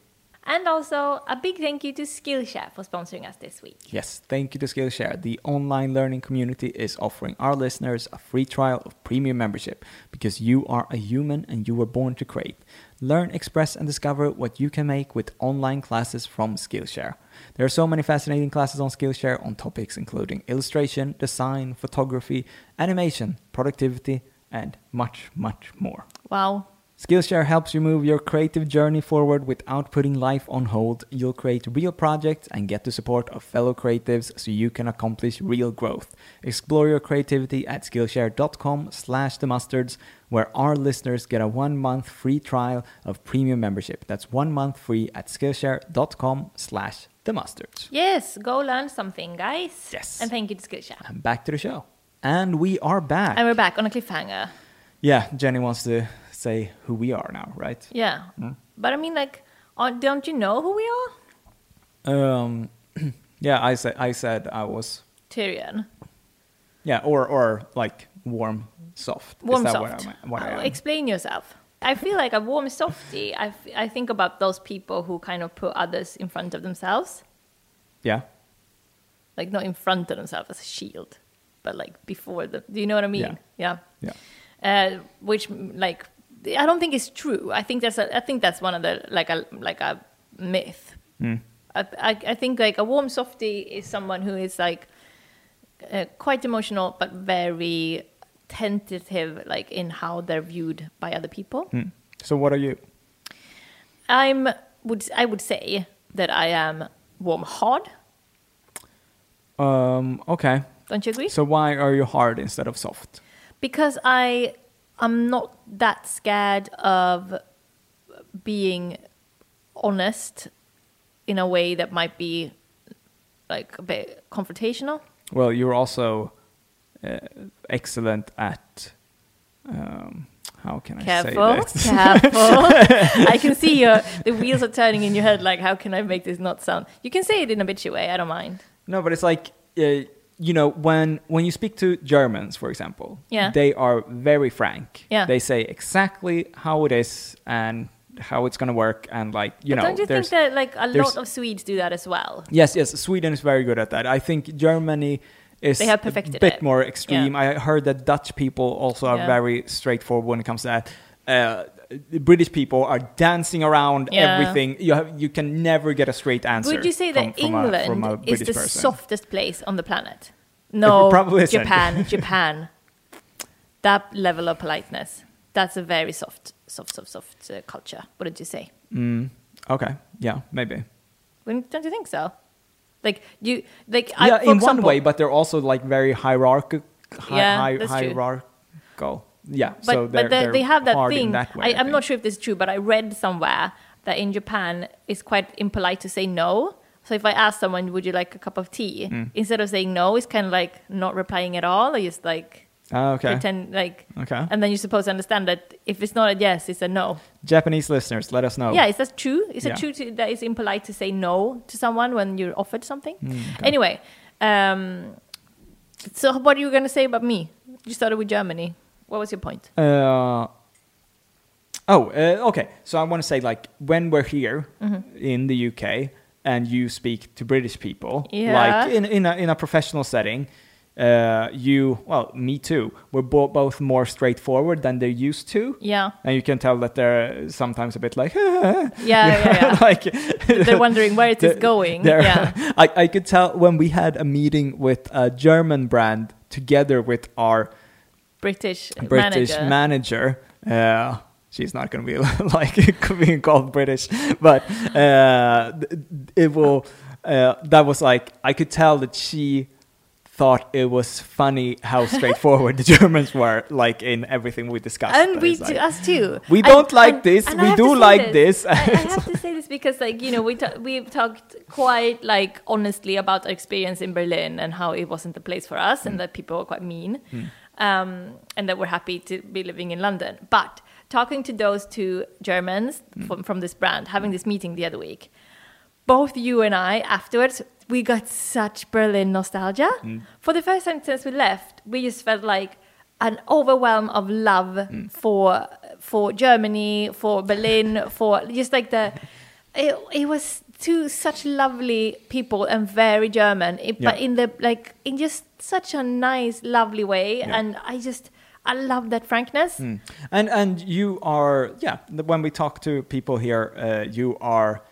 B: And also, a big thank you to Skillshare for sponsoring us this week.
A: Yes, thank you to Skillshare. The online learning community is offering our listeners a free trial of premium membership because you are a human and you were born to create. Learn, express, and discover what you can make with online classes from Skillshare. There are so many fascinating classes on Skillshare on topics including illustration, design, photography, animation, productivity, and much, much more.
B: Wow.
A: Skillshare helps you move your creative journey forward without putting life on hold. You'll create real projects and get the support of fellow creatives so you can accomplish real growth. Explore your creativity at skillshare.com slash the mustards where our listeners get a one month free trial of premium membership. That's one month free at skillshare.com slash the mustards.
B: Yes, go learn something, guys.
A: Yes.
B: And thank you to Skillshare.
A: And back to the show. And we are back.
B: And we're back on a cliffhanger.
A: yeah, Jenny wants to say who we are now, right?
B: Yeah.
A: Hmm?
B: But I mean, like, uh, don't you know who we are?
A: Um, yeah, I said I said I was
B: Tyrion.
A: yeah, or or like warm, soft.
B: Warm
A: Is that
B: soft.
A: What I, what I
B: Uh,
A: am?
B: Explain yourself. I feel like a warm softie. I, f- I think about those people who kind of put others in front of themselves.
A: yeah,
B: Like, not in front of themselves as a shield, but like before them. Do you know what I mean? Yeah.
A: yeah,
B: Uh, which, mm, like, I don't think is true. I think that's a, I think that's one of the like a like a myth. I, I I think like a warm softie is someone who is like uh, quite emotional but very tentative, like in how they're viewed by other people.
A: So what are you?
B: I'm would I would say that I am warm hard.
A: Um, okay.
B: Don't you agree?
A: So why are you hard instead of soft?
B: because I I'm not that scared of being honest in a way that might be like a bit confrontational.
A: Well, you're also uh, excellent at. Um, how can I
B: Careful,
A: say that?
B: careful. I can see your the wheels are turning in your head. Like, how can I make this not sound? You can say it in a bitchy way. I don't mind.
A: No, but it's like uh, you know when when you speak to Germans, for example,
B: Yeah.
A: they are very frank.
B: Yeah.
A: they say exactly how it is and how it's gonna work, and like you know,
B: Don't you
A: there's
B: think that like a
A: there's-
B: lot of Swedes do that as well?
A: yes, yes, Sweden is very good at that. I think Germany is
B: They have perfected
A: a bit
B: it.
A: more extreme. I heard that Dutch people also are
B: Yeah.
A: very straightforward when it comes to that. Uh, the British people are dancing around
B: Yeah.
A: everything. You have, you can never get a straight answer.
B: Would you say that
A: from- from a-
B: England
A: from a
B: is
A: British
B: the
A: person.
B: softest place on the planet? No,
A: probably isn't.
B: Japan, Japan. That level of politeness. That's a very soft, soft, soft, soft uh, culture. Wouldn't you say?
A: Mm, okay. Yeah. Maybe.
B: Wouldn't- Don't you think so? Like you, like I,
A: yeah,
B: for
A: in one
B: example,
A: way, but they're also like very hierarchical. Hi-
B: Yeah,
A: hi-
B: that's true.
A: hierarchical. Yeah.
B: but,
A: so
B: but
A: they're,
B: they
A: they're
B: they have that
A: hard in
B: thing.
A: That way,
B: I, I'm not sure if this is true, but I read somewhere that in Japan it's quite impolite to say no. So if I ask someone, "Would you like a cup of tea?"
A: Mm.
B: instead of saying no, it's kind of like not replying at all, or just like
A: Ah, okay.
B: pretend like
A: Okay.
B: and then you're supposed to understand that if it's not a yes it's a no
A: Japanese listeners, let us know.
B: yeah is that true is
A: Oh. Yeah.
B: it true to, that it's impolite to say no to someone when you're offered something
A: Hmm, okay.
B: anyway um so what are you going to say about me you started with germany what was your point
A: Uh, oh, uh, okay. So I want to say, like, when we're here
B: Mm-hmm.
A: in the UK and you speak to British people,
B: Yeah.
A: like in in a, in a professional setting, uh, you well, me too. We're bo- both more straightforward than they're used to,
B: yeah
A: and you can tell that they're sometimes a bit like,
B: yeah yeah,
A: like
B: yeah. they're wondering where it is
A: They're-
B: going
A: they're-
B: yeah
A: I, I could tell when we had a meeting with a German brand together with our
B: british
A: British
B: manager.
A: manager. Uh, she's not going to be like being called British, but uh, th- it will. Uh, that was like I could tell that she thought it was funny how straightforward the Germans were, like in everything we discussed.
B: and
A: That
B: we
A: is
B: do,
A: like-
B: us too.
A: We
B: And-
A: don't like
B: and-
A: this,
B: and
A: we
B: I have
A: do
B: to say
A: like this.
B: I, I have to say this because, like you know, we ta- we've talked quite like honestly about our experience in Berlin and how it wasn't the place for us,
A: Mm.
B: and that people were quite mean,
A: Hmm.
B: um, and that we're happy to be living in London. But talking to those two Germans
A: Hmm.
B: from, from this brand, having this meeting the other week, both you and I afterwards, we got such Berlin nostalgia.
A: Mm.
B: For the first time since we left, we just felt like an overwhelm of love
A: Mm.
B: for for Germany, for Berlin, for just like the it, it was two such lovely people and very German, it, but
A: Yeah.
B: in the like in just such a nice, lovely way.
A: Yeah. Mm.
B: And I just I love that frankness.
A: Hmm. And and you are yeah. th- When we talk to people here, uh, you are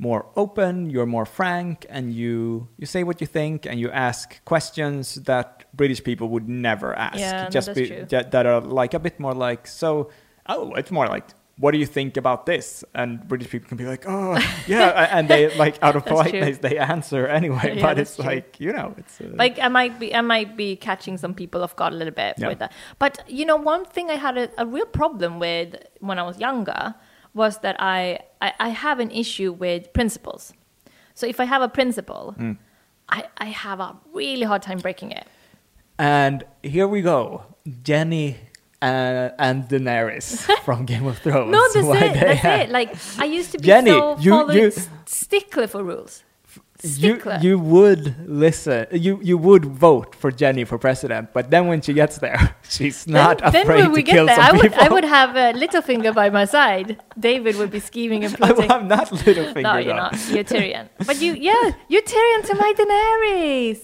A: more open. You're more frank, and you you say what you think, and you ask questions that British people would never ask.
B: Yeah, no, that's true.
A: that, that are like a bit more like so. Oh, it's more like. What do you think about this? And British people can be like, "Oh, yeah," a- and they like out of
B: That's true.
A: politeness they answer anyway.
B: Yeah,
A: but
B: that's
A: it's
B: true.
A: like you know, it's uh,
B: like I might be I might be catching some people off guard a little bit
A: Yeah.
B: with that. But you know, one thing I had a, a real problem with when I was younger was that I, I I have an issue with principles. So if I have a principle,
A: Mm.
B: I, I have a really hard time breaking it.
A: And here we go, Jenny uh, and Daenerys from Game of Thrones.
B: No, that's
A: Why
B: it.
A: they
B: That's
A: have-
B: it. Like I used to be
A: Jenny,
B: so
A: you-
B: following
A: you-
B: s- stickler for rules.
A: You,
B: Stickler.
A: you would listen. You you would vote for Jenny for president, but then when she gets there, she's not
B: then,
A: afraid
B: then when we
A: to
B: get
A: kill
B: there,
A: some
B: I would
A: people.
B: I would have a Littlefinger by my side. David would be scheming and
A: I
B: plotting.
A: am not Littlefinger.
B: No, you're
A: though.
B: not. You're Tyrion. But you, yeah, you're Tyrion to my Daenerys.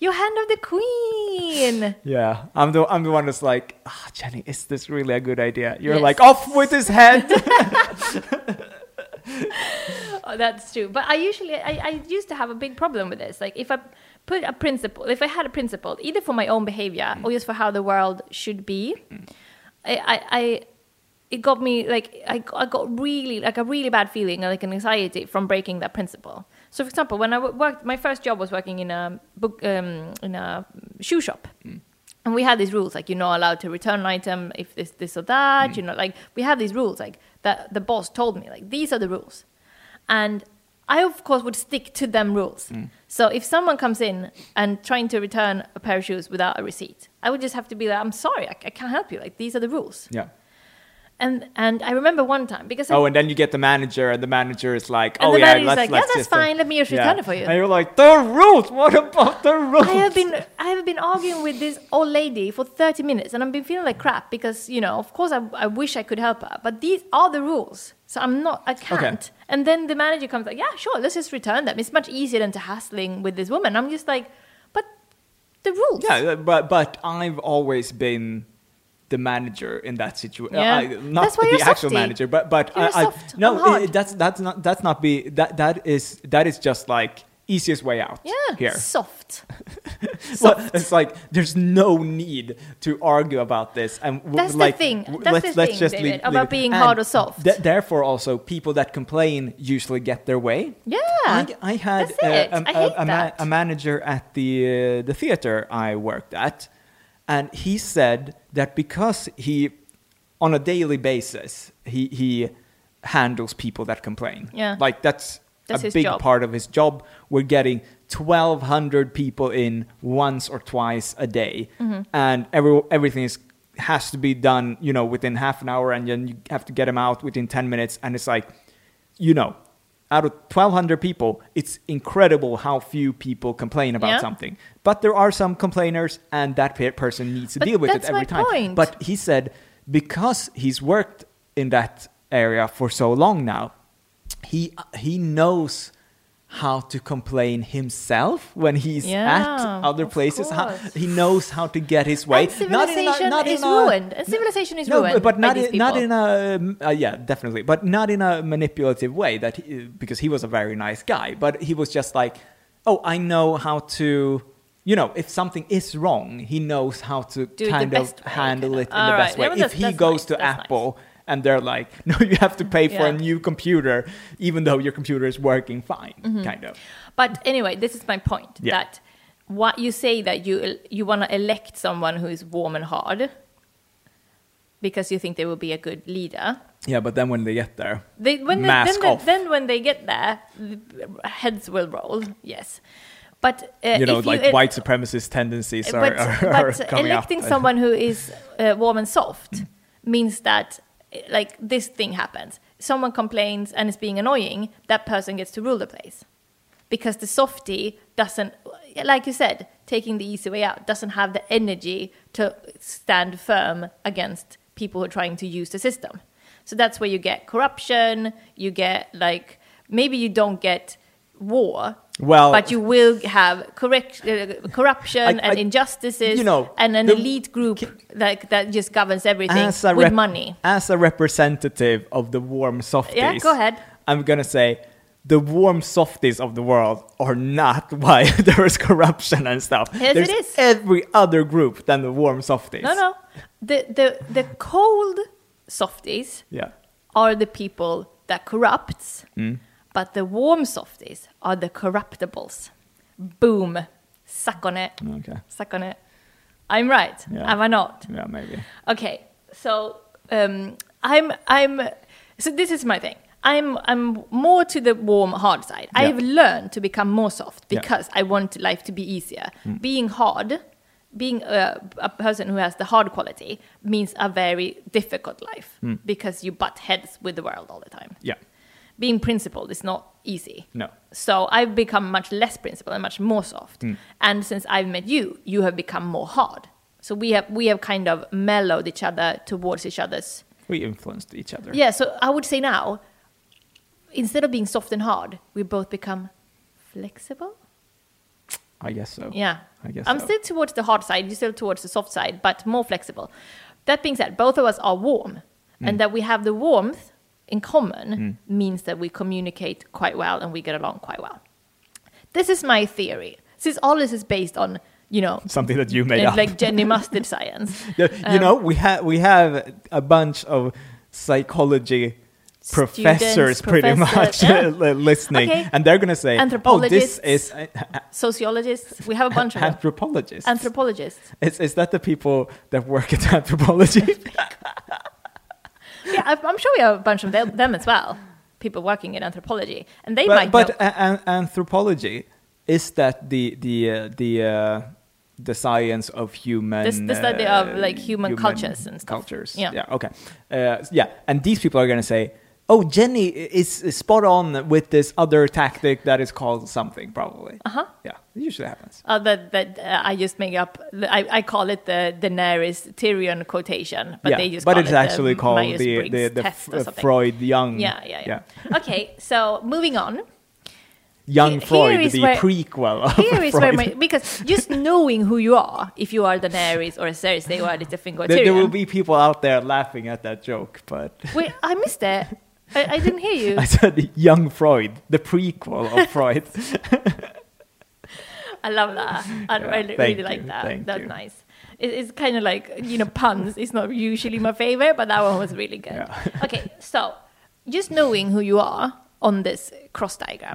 B: Your hand of the queen.
A: Yeah, I'm the I'm the one that's like, ah, Jenny, is this really a good idea? You're
B: Yes.
A: like, off with his head.
B: Oh, that's true. But I usually, I, I used to have a big problem with this. Like, if I put a principle, if I had a principle, either Mm. for my own behavior or just for how the world should be, I, I, I, it got me like I, got- I got really like a really bad feeling like an anxiety from breaking that principle. So for example, when I wo- worked, my first job was working in a book um, in a shoe shop. And we had these rules, like you're not allowed to return an item if this, this or that. You know, like we had these rules, like that the boss told me, like these are the rules, and I of course would stick to them rules. So if someone comes in and trying to return a pair of shoes without a receipt, I would just have to be like, I'm sorry, I, I can't help you. Like these are the rules.
A: Yeah.
B: And and I remember one time because I,
A: Oh, and then you get the manager, and the manager is like,
B: And
A: "Oh
B: the
A: yeah,
B: manager's
A: let's,
B: like, yeah,
A: let's
B: that's
A: just,
B: fine, let me just return it for you.
A: And you're like, "The rules? What about the rules?"
B: I have been I have been arguing with this old lady for 30 minutes and I've been feeling like crap because you know of course I, I wish I could help her but these are the rules so I'm not I can't and then the manager comes like yeah sure let's just return them it's much easier than to hassling with this woman I'm just like but the rules
A: Yeah, uh, but but I've always been the manager in that situation.
B: Yeah.
A: not
B: That's why
A: the
B: you're
A: actual
B: softy.
A: manager, but but
B: You're
A: I, I-
B: soft.
A: no,
B: I'm hard.
A: it- that's that's not that's not be that that is that is just like easiest way out.
B: yeah
A: here.
B: soft
A: Well, it's like there's no need to argue about this, and w-
B: That's the
A: like,
B: thing.
A: w-
B: That's
A: let's
B: the
A: let's
B: thing,
A: just
B: David,
A: leave,
B: about
A: leave it.
B: being
A: And
B: hard or soft.
A: th- therefore, also people that complain usually get their way.
B: Yeah.
A: I, I had
B: That's it.
A: uh, um,
B: I
A: a,
B: hate
A: a ma-
B: that.
A: a manager at the uh, the theater I worked at, and he said that because he, on a daily basis, he he handles people that complain.
B: Yeah.
A: like that's.
B: That's
A: a
B: his
A: big
B: job.
A: part of his job. We're getting 1,200 people in once or twice a day, and every, everything is has to be done, you know, within half an hour, and then you have to get them out within 10 minutes. And it's like, you know, out of 1,200 people, it's incredible how few people complain about
B: Yeah.
A: something. But there are some complainers, and that pe- person needs to
B: But
A: deal with it
B: that's
A: every
B: my
A: time.
B: point.
A: But he said because he's worked in that area for so long now he he knows how to complain himself when he's
B: Yeah,
A: at other
B: of
A: places How-
B: course.
A: he knows how to get his way
B: And civilization is ruined. And civilization is
A: no,
B: ruined
A: but
B: by
A: not
B: these
A: in, not
B: people.
A: in a um, uh, yeah definitely but not in a manipulative way that he, because he was a very nice guy but he was just like oh i know how to you know if something is wrong he knows how to
B: it the
A: kind of
B: best way,
A: handle
B: kind of.
A: it in
B: All
A: the
B: right.
A: best
B: Yeah,
A: way
B: but
A: if
B: that's-
A: he
B: that's
A: goes
B: nice.
A: to
B: That's nice.
A: apple and they're like no you have to pay for a
B: Yeah.
A: new computer even though your computer is working fine
B: Mm-hmm.
A: kind of
B: But anyway, this is my point
A: Yeah.
B: that what you say that you you want to elect someone who is warm and hard because you think they will be a good leader.
A: yeah but then when they get there
B: They, when they,
A: Mask
B: then, they-
A: off.
B: then when they get there, the heads will roll. Yes, but uh,
A: you know
B: if
A: like
B: el-
A: white supremacist tendencies are,
B: Uh, but,
A: are, are
B: but
A: coming up.
B: electing someone who is uh, warm and soft means that eh, like this thing happens someone complains and is being annoying that person gets to rule the place because the softie doesn't uh, like you said taking the easy way out doesn't have the energy to stand firm against people who are trying to use the system so that's where you get corruption you get like maybe you don't get war
A: Well-
B: but you will have correct, uh, corruption
A: I-
B: and
A: I-
B: injustices
A: you know,
B: and an
A: the-
B: elite group like that just governs everything
A: as a
B: with
A: rep-
B: money
A: As a representative of the warm softies,
B: Yeah, go ahead.
A: I'm gonna say the warm softies of the world are not why there is corruption and stuff.
B: Yes, it
A: There's
B: is.
A: Every other group than the warm softies.
B: no no the the the cold softies
A: Yeah.
B: are the people that corrupts
A: Mm.
B: but the warm softies are the corruptibles boom suck on it
A: Okay.
B: suck on it i'm right
A: Mm. Yeah.
B: am i not
A: Yeah, maybe.
B: Okay, so um, I'm I'm so this is my thing. I'm I'm more to the warm hard side.
A: Yeah.
B: I've learned to become more soft
A: Yeah. Mm.
B: because I want life to be easier. Being hard, being a, a person who has the hard quality means a very difficult life
A: Mm.
B: because you butt heads with the world all the time.
A: Yeah.
B: Being principled is not easy.
A: No.
B: So I've become much less principled and much more soft. And since I've met you, you have become more hard. So we have we have kind of mellowed each other towards each other's.
A: We influenced each other.
B: Yeah. So I would say now, instead of being soft and hard, we both become flexible.
A: I guess so.
B: Yeah.
A: I guess
B: I'm
A: so.
B: still towards the hard side, you're still towards the soft side, but more flexible. That being said, both of us are warm,
A: Mm.
B: and that we have the warmth in common means that we communicate quite well and we get along quite well. This is my theory. Since all this is based on, you know,
A: Something that you made
B: and
A: up.
B: like Jenny Mustard science.
A: you know, we have we have a bunch of psychology
B: Students,
A: professors pretty much
B: professor-
A: listening
B: Okay.
A: and they're gonna say oh this
B: Anthropologists.
A: is
B: Sociologists, we have a bunch of them.
A: anthropologists
B: Anthropologists.
A: is, is that the people that work at anthropology
B: Yeah, I- I'm sure we have a bunch of them, them as well. People working in anthropology, and they
A: but,
B: might.
A: but
B: know.
A: a- an- anthropology is that the the uh, the uh, the science of human
B: This- the study
A: uh,
B: of, like, human cultures and stuff.
A: cultures
B: Yeah.
A: yeah okay uh, yeah and these people are gonna say oh Jenny i- is, is spot on with this other tactic that is called something probably
B: Uh-huh.
A: yeah it usually happens
B: Uh, that that uh, I just make up. I, I call it the Daenerys Tyrion quotation, but they just.
A: but
B: call
A: it's
B: it
A: actually
B: the
A: called the
B: Myers-Briggs
A: the, the
B: test
A: F-
B: or
A: uh,
B: something.
A: Freud Young
B: Yeah, yeah, yeah. okay, so moving on.
A: Young
B: Here-
A: Freud
B: here is
A: the
B: where-
A: prequel of
B: Here is where
A: Freud.
B: my because just knowing who you are, if you are Daenerys or a Cersei or a different or
A: there, there will
B: Tyrion,
A: be people out there laughing at that joke but
B: wait, I missed it. I, I didn't hear you.
A: I said young Freud, the prequel of Freud.
B: I love that. I
A: Yeah,
B: really,
A: thank
B: really like
A: you,
B: that.
A: thank
B: That's
A: you.
B: nice. It, it's kind of like you know puns. It's not usually my favorite, but that one was really good.
A: Yeah.
B: okay, so just knowing who you are on this cross diagram,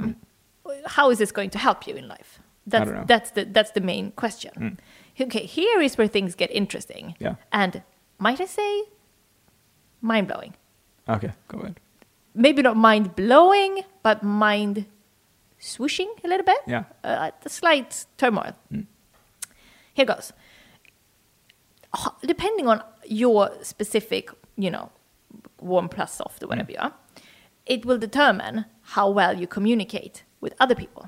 A: Mm.
B: how is this going to help you in life? That's
A: don't know.
B: that's the that's the main question. Okay, here is where things get interesting.
A: Mm. Yeah.
B: and might I say, mind blowing.
A: okay, go ahead.
B: Maybe not mind blowing, but mind swooshing a little bit
A: Yeah.
B: uh, a slight turmoil. Here goes. Ho- Depending on your specific, you know, warm plus soft or whatever you are, it will determine how well you communicate with other people.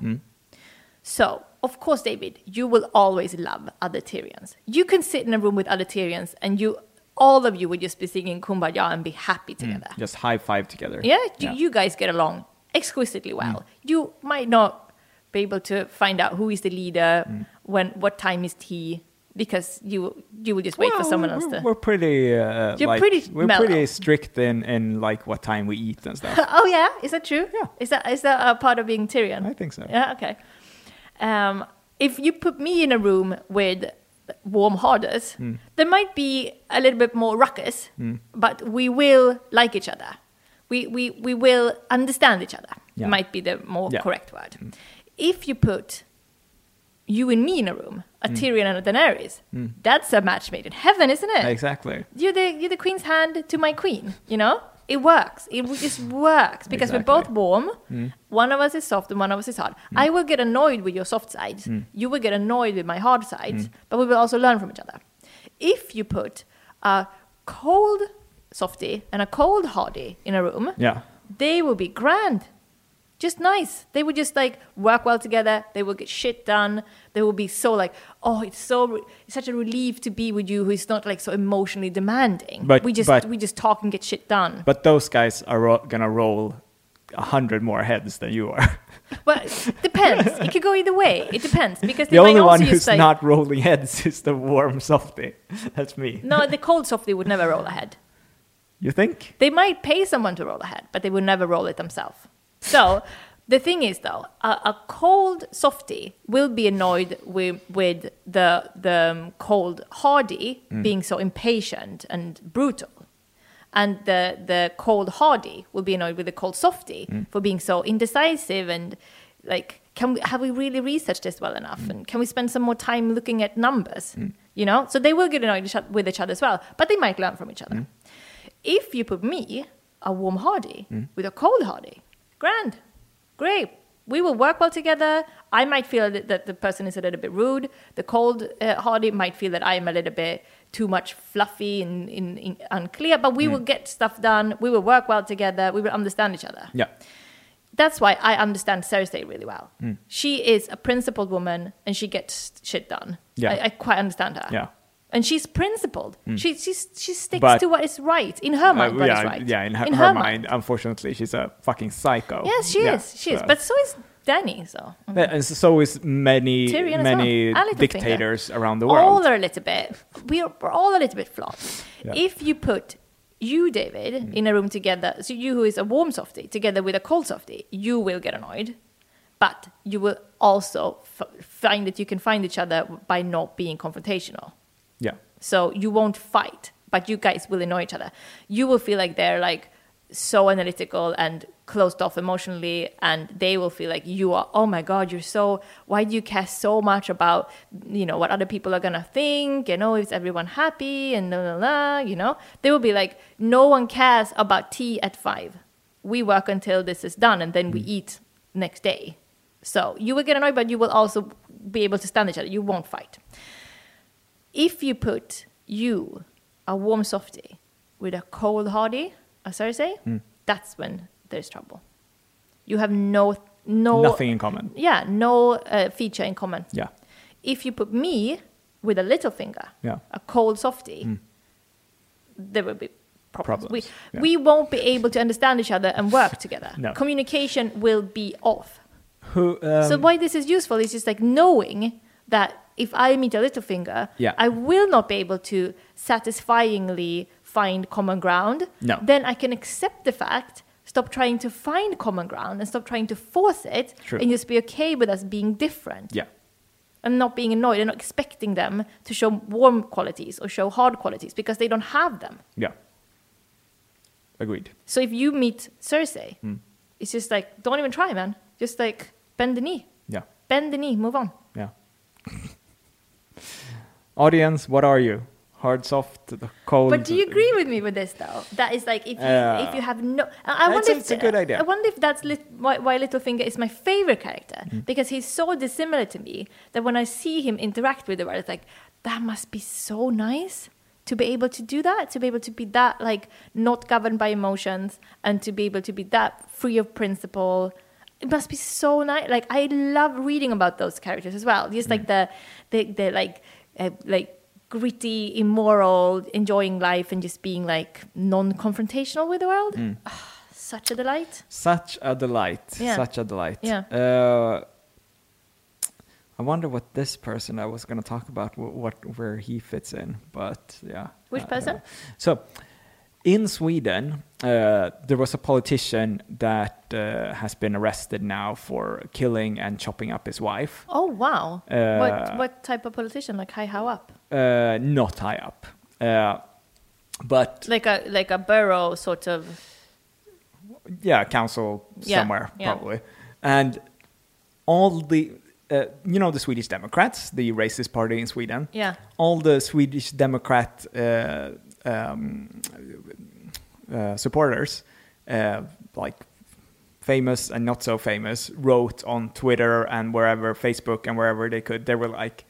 B: So, of course, David, you will always love other Tyrians. You can sit in a room with other Tyrians and you, all of you would just be singing Kumbaya and be happy together.
A: Just high five together.
B: Yeah, you, you guys get along exquisitely well.
A: Mm.
B: You might not be able to find out who is the leader,
A: Mm.
B: when what time is tea, because you you will just wait for
A: Well,
B: someone
A: we're,
B: else to.
A: We're pretty. Uh,
B: You're
A: like,
B: pretty
A: We're
B: mellow.
A: pretty strict in in like what time we eat and stuff.
B: oh yeah, is that true?
A: Yeah.
B: Is that is that a part of being Tyrion?
A: I think so.
B: Yeah. Okay. Um, if you put me in a room with warm hearters,
A: Hmm.
B: there might be a little bit more ruckus, but we will like each other. We, we, we will understand each other,
A: Yeah.
B: might be the more
A: Yeah. Hmm.
B: correct word. If you put you and me in a room, a
A: Hmm.
B: Tyrion and a Daenerys, that's a match made in heaven, isn't it?
A: Exactly.
B: you're the you're the queen's hand to my queen. You know, it works. It w- just works because we're both
A: Exactly.
B: warm. One of us is soft and one of us is hard. I will get annoyed with your soft sides. You will get annoyed with my hard sides. But we will also learn from each other. If you put a cold softy and a cold hardy in a room,
A: Yeah.
B: they will be grand. Just nice. They would just like work well together. They will get shit done. They will be so like, oh, it's so re- it's such a relief to be with you, who's not like so emotionally demanding.
A: But-
B: we just
A: but-
B: we just talk and get shit done.
A: But those guys are ro- gonna roll a hundred more heads than you are.
B: But depends. it could go either way. It depends because they
A: the only
B: might
A: one
B: also
A: who's
B: just like
A: not rolling heads is the warm softy. That's me.
B: no, the cold softy would never roll ahead.
A: You think?
B: They might pay someone to roll a head, but they would never roll it themselves. So the thing is, though, a, a cold softy will be annoyed with, with the, the um, cold hardy being so impatient and brutal. And the, the cold hardy will be annoyed with the cold softy for being so indecisive and like, can we, have we really researched this well enough? And can we spend some more time looking at numbers? You know, so they will get annoyed each oth- with each other as well, but they might learn from each other. If you put me, a warm hardy, with a cold hardy, grand, great. We will work well together. I might feel that, that the person is a little bit rude. The cold uh, hardy might feel that I am a little bit too much fluffy and, in in unclear, but we will get stuff done. We will work well together. We will understand each other
A: Yeah.
B: that's why I understand Cersei really well.
A: Mm.
B: She is a principled woman and she gets shit done.
A: Yeah.
B: I, I quite understand her.
A: Yeah. Mm.
B: And she's principled. She, she's, she sticks
A: But-
B: to what is right. In her mind,
A: Uh,
B: what is
A: yeah,
B: right.
A: yeah. In her, her mind, unfortunately, she's a fucking psycho.
B: Yes, she
A: Yeah,
B: is. She is.
A: so-
B: But so is Danny, so. Mm.
A: Yeah, Uh, and so- so is many
B: Tyrion as
A: many
B: well. I like to think that.
A: dictators around the
B: All
A: world.
B: are a little bit. We are, we're all a little bit flawed.
A: Yeah. Mm.
B: If you put you, David, in a room together, so you who is a warm softie together with a cold softie, you will get annoyed. But you will also f- find that you can find each other by not being confrontational.
A: yeah,
B: So you won't fight. but you guys will annoy each other. You will feel like they're like so analytical and closed off emotionally and they will feel like you are oh my god you're so why do you care so much about you know what other people are gonna think you know is everyone happy and la la la you know they will be like no one cares about tea at five we work until this is done and then we eat next day so you will get annoyed but you will also be able to stand each other you won't fight if you put you, a warm softy, with a cold hardy, as I say,
A: Hmm.
B: that's when there's trouble. You have no no
A: Nothing in common.
B: Yeah, no uh, feature in common.
A: Yeah.
B: If you put me with a little finger,
A: Yeah. Hmm.
B: a cold softy, there will be problems.
A: Problems,
B: We
A: yeah.
B: we won't be able to understand each other and work together.
A: No.
B: Communication will be off
A: Who? Um,
B: so why this is useful is just like knowing that if I meet a little finger,
A: Yeah.
B: I will not be able to satisfyingly find common ground.
A: No.
B: Then I can accept the fact, stop trying to find common ground and stop trying to force it
A: True.
B: and just be okay with us being different
A: yeah.
B: and not being annoyed and not expecting them to show warm qualities or show hard qualities because they don't have them.
A: Yeah. Agreed.
B: So if you meet Cersei,
A: Hmm.
B: it's just like, don't even try, man. Just like bend the knee.
A: Yeah.
B: Bend the knee, move on.
A: Yeah. Audience, what are you? Hard, soft, th- cold.
B: But do you agree with me with this though? That is like if you,
A: Uh,
B: if you have no, I I
A: that's-
B: wonder if
A: it's a good idea.
B: I wonder if that's lit, why, why Littlefinger is my favorite character
A: Mm-hmm.
B: because he's so dissimilar to me that when I see him interact with the world, it's like that must be so nice to be able to do that, to be able to be that like not governed by emotions and to be able to be that free of principle. It must be so nice. Like I love reading about those characters as well. Just
A: Mm.
B: like the the the like uh, like gritty, immoral, enjoying life and just being like non-confrontational with the
A: Mm.
B: world. Such a delight.
A: Such a delight.
B: Yeah.
A: Such a delight.
B: Yeah.
A: Uh, I wonder what this person I was going to talk about, wh- what where he fits in, but Ah, yeah. Uh,
B: Which
A: I- I
B: person?
A: don't- So, in Sweden, uh, there was a politician that uh, has been arrested now for killing and chopping up his wife.
B: Oh wow!
A: Uh,
B: what what type of politician? Like high how up?
A: Uh, not high up, uh, but
B: Like a like a borough sort of.
A: yeah, council
B: Yeah,
A: somewhere
B: yeah.
A: probably, and all the uh, you know the Swedish Democrats, the racist party in Sweden.
B: Yeah.
A: all the Swedish Democrat uh, um, uh, supporters, uh, like famous and not so famous, wrote on Twitter and wherever Facebook and wherever they could. They were like.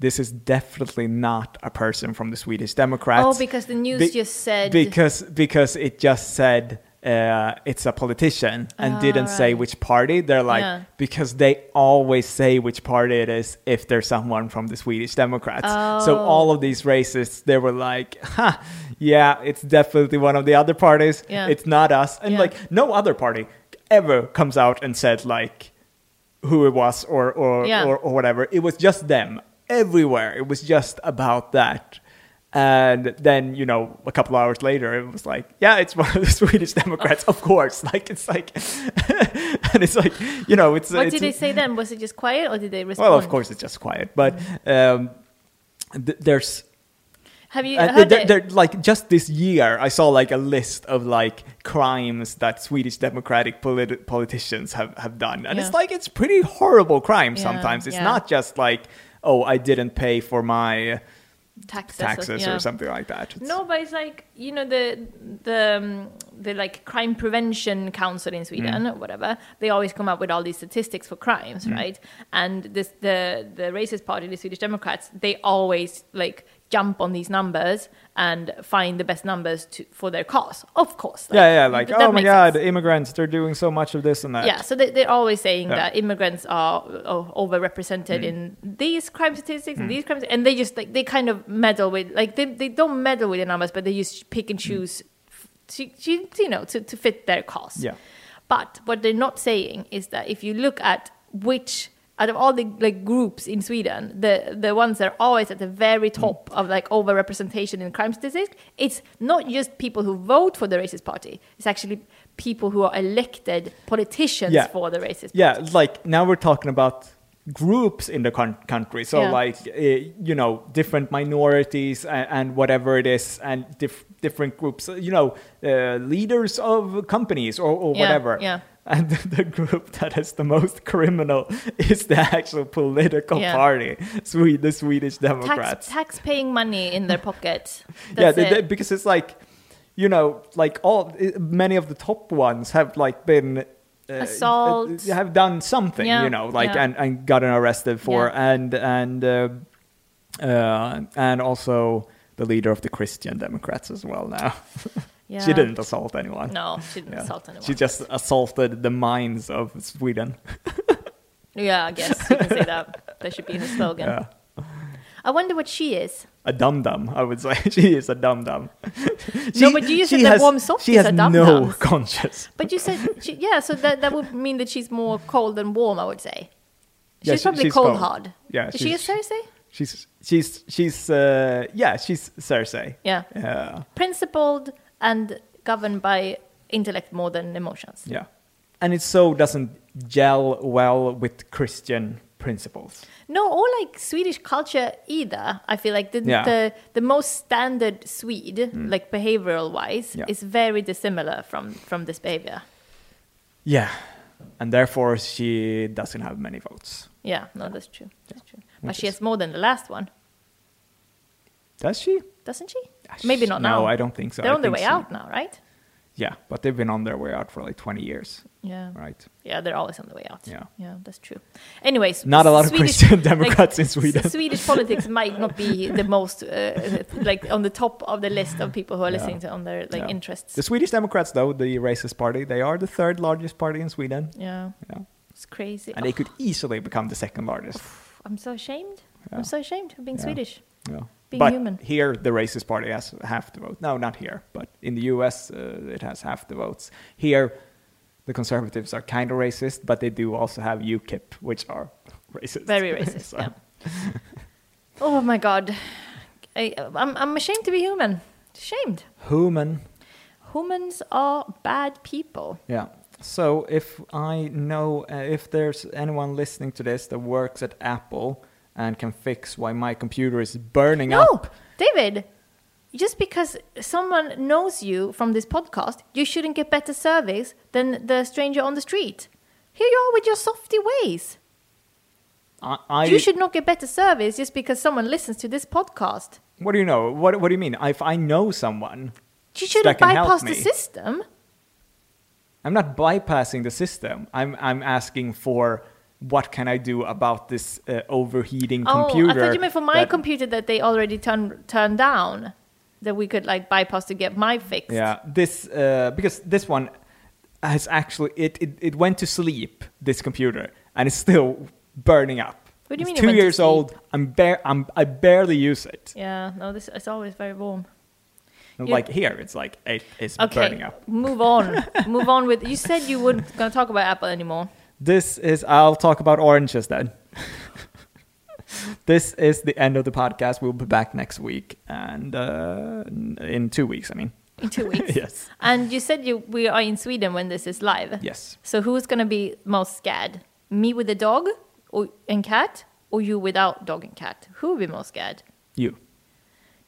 A: This is definitely not a person from the Swedish Democrats.
B: Oh, because the news
A: Be-
B: just said.
A: because because it just said uh, it's a politician and
B: Ah,
A: didn't say
B: right.
A: which party. They're like
B: Yeah.
A: because they always say which party it is if there's someone from the Swedish Democrats. So
B: Oh.
A: all of these racists, they were like, ha, yeah, it's definitely one of the other parties.
B: Yeah.
A: It's not us. And
B: Yeah.
A: like no other party ever comes out and said like who it was or or,
B: Yeah.
A: or or whatever. It was just them everywhere. It was just about that. And then you know, a couple hours later, it was like, yeah, it's one of the Swedish Democrats, of course. Like it's like, and it's like you know, it's
B: what
A: it's,
B: did they say then? Was it just quiet, or did they respond?
A: well, of course, it's just quiet, but um, th- there's
B: Have you
A: and
B: heard
A: Uh, they're,
B: it?
A: they're, like just this year, I saw like a list of like crimes that Swedish democratic politi- politicians have, have done, and it's
B: Yeah.
A: like it's pretty horrible crimes.
B: Yeah,
A: sometimes it's
B: yeah.
A: not just like oh, I didn't pay for my
B: taxes,
A: taxes
B: yeah.
A: or something like that. It's-
B: No, but it's like you know the the um, the like crime prevention council in Sweden
A: Mm.
B: or whatever. They always come up with all these statistics for crimes, right? And this the the racist party, the Swedish Democrats, they always like jump on these numbers and find the best numbers to, for their cause. Of course,
A: yeah, yeah, like
B: that
A: oh my
B: makes
A: god,
B: sense.
A: immigrants, they're doing so much of this and that.
B: Yeah, so they, they're always saying
A: Yeah. Mm.
B: that immigrants are o- overrepresented in these crime statistics and these crimes, and they just like they kind of meddle with like they, they don't meddle with the numbers, but they just pick
A: Mm.
B: and choose, f- to, to, you know, to, to fit their cause.
A: Yeah.
B: But what they're not saying is that if you look at which out of all the like groups in Sweden, the the ones that are always at the very top
A: Mm.
B: of like overrepresentation in crime statistics, it's not just people who vote for the racist party. It's actually people who are elected politicians
A: Yeah.
B: for the racist.
A: Yeah, like now we're talking about groups in the con- country so
B: Yeah.
A: like uh, you know different minorities and, and whatever it is and dif- different groups you know uh, leaders of companies or, or
B: Yeah,
A: whatever
B: yeah.
A: and the group that is the most criminal is the actual political
B: Yeah.
A: party Swe- the swedish democrats
B: Tax, tax paying money in their pocket.
A: yeah,
B: That's
A: they, they-
B: it.
A: because it's like, you know, like all i- many of the top ones have like been uh,
B: Assault.
A: uh, have done something,
B: Yeah,
A: you know, like
B: yeah.
A: and and gotten arrested for
B: Yeah.
A: and and uh, uh, and also the leader of the Christian Democrats as well. Now
B: yeah.
A: she didn't assault anyone.
B: No, she didn't
A: Yeah.
B: assault anyone.
A: She just assaulted the minds of Sweden.
B: yeah, I guess you can say that. That should be her slogan.
A: Yeah.
B: I wonder what she is.
A: A dum dum, I would say. she is a dum dum.
B: but you said that warm
A: She
B: softies
A: has
B: are
A: no
B: dum-dums.
A: conscience.
B: But you said, she, yeah, so that, that would mean that she's more cold than warm, I would say. She's
A: Yeah, she-
B: probably
A: she's
B: cold,
A: cold.
B: hard.
A: Yeah,
B: Is she a
A: she's-
B: Cersei?
A: She's she's she's uh yeah, she's Cersei.
B: Yeah.
A: Yeah.
B: Principled and governed by intellect more than emotions.
A: Yeah. And it so doesn't gel well with Christian principles.
B: No, or like Swedish culture either. I feel like the
A: Yeah. Mm.
B: the, the most standard Swede, like behavioral wise,
A: Yeah.
B: is very dissimilar from from this behavior.
A: Yeah. And therefore she doesn't have many votes.
B: Yeah, no, that's true. That's true. But
A: Which
B: she
A: is-
B: has more than the last one,
A: Does she?
B: doesn't she? Maybe not now.
A: No, I don't think so.
B: They're
A: I
B: on their
A: think
B: way
A: she-
B: out now, right?
A: Yeah, but they've been on their way out for like 20 years,
B: Yeah.
A: right?
B: Yeah, they're always on the way out.
A: Yeah.
B: Yeah, that's true. Anyways,
A: Not a lot of Christian
B: like,
A: Democrats in Sweden.
B: S- Swedish politics might not be the most uh, like on the top of the list of people who are
A: Yeah.
B: listening to on their like
A: Yeah.
B: interests.
A: The Swedish Democrats though, the racist party, they are the third largest party in Sweden.
B: yeah,
A: Yeah.
B: it's crazy.
A: And they could easily become the second largest.
B: I'm so ashamed.
A: Yeah.
B: I'm so ashamed of being
A: Yeah.
B: Swedish.
A: Yeah.
B: Being
A: but
B: human.
A: here, the racist party has half the vote. No, not here, but in the U.S., uh, it has half the votes. Here, the conservatives are kind of racist, but they do also have UKIP, which are racist.
B: Very racist.
A: So,
B: yeah. Oh my god, I, I'm I'm ashamed to be human. Ashamed.
A: Human.
B: Humans are bad people.
A: Yeah. So if I know, uh, if there's anyone listening to this that works at Apple and can fix why my computer is burning
B: No,
A: up,
B: David. Just because someone knows you from this podcast, you shouldn't get better service than the stranger on the street. Here you are with your softy ways.
A: I, I
B: you should not get better service just because someone listens to this podcast.
A: What do you know? What What do you mean? If I know someone,
B: You shouldn't
A: can help
B: bypass the
A: me.
B: system.
A: I'm not bypassing the system. I'm I'm asking for what can I do about this uh, overheating computer?
B: Oh, I thought you meant for my
A: that-
B: computer that they already turned turned down, that we could like bypass to get my fixed.
A: Yeah, this uh, because this one has actually it, it it went to sleep. This computer and it's still burning up.
B: What do you
A: it's
B: mean it
A: two
B: went to
A: years old.
B: sleep?
A: I'm bare. I'm I barely use it.
B: Yeah, No, this it's always very warm.
A: And
B: You-
A: Like here, it's like it is burning
B: Okay.
A: up.
B: Move on. move on with. You said you weren't gonna talk about Apple anymore.
A: This is. I'll talk about oranges then. this is the end of the podcast. We'll be back next week and uh, in two weeks. I mean.
B: in two weeks.
A: yes.
B: And you said you we are in Sweden when this is live.
A: Yes.
B: So who's gonna be most scared? Me with a dog or and cat, or you without dog and cat? Who will be most scared?
A: You.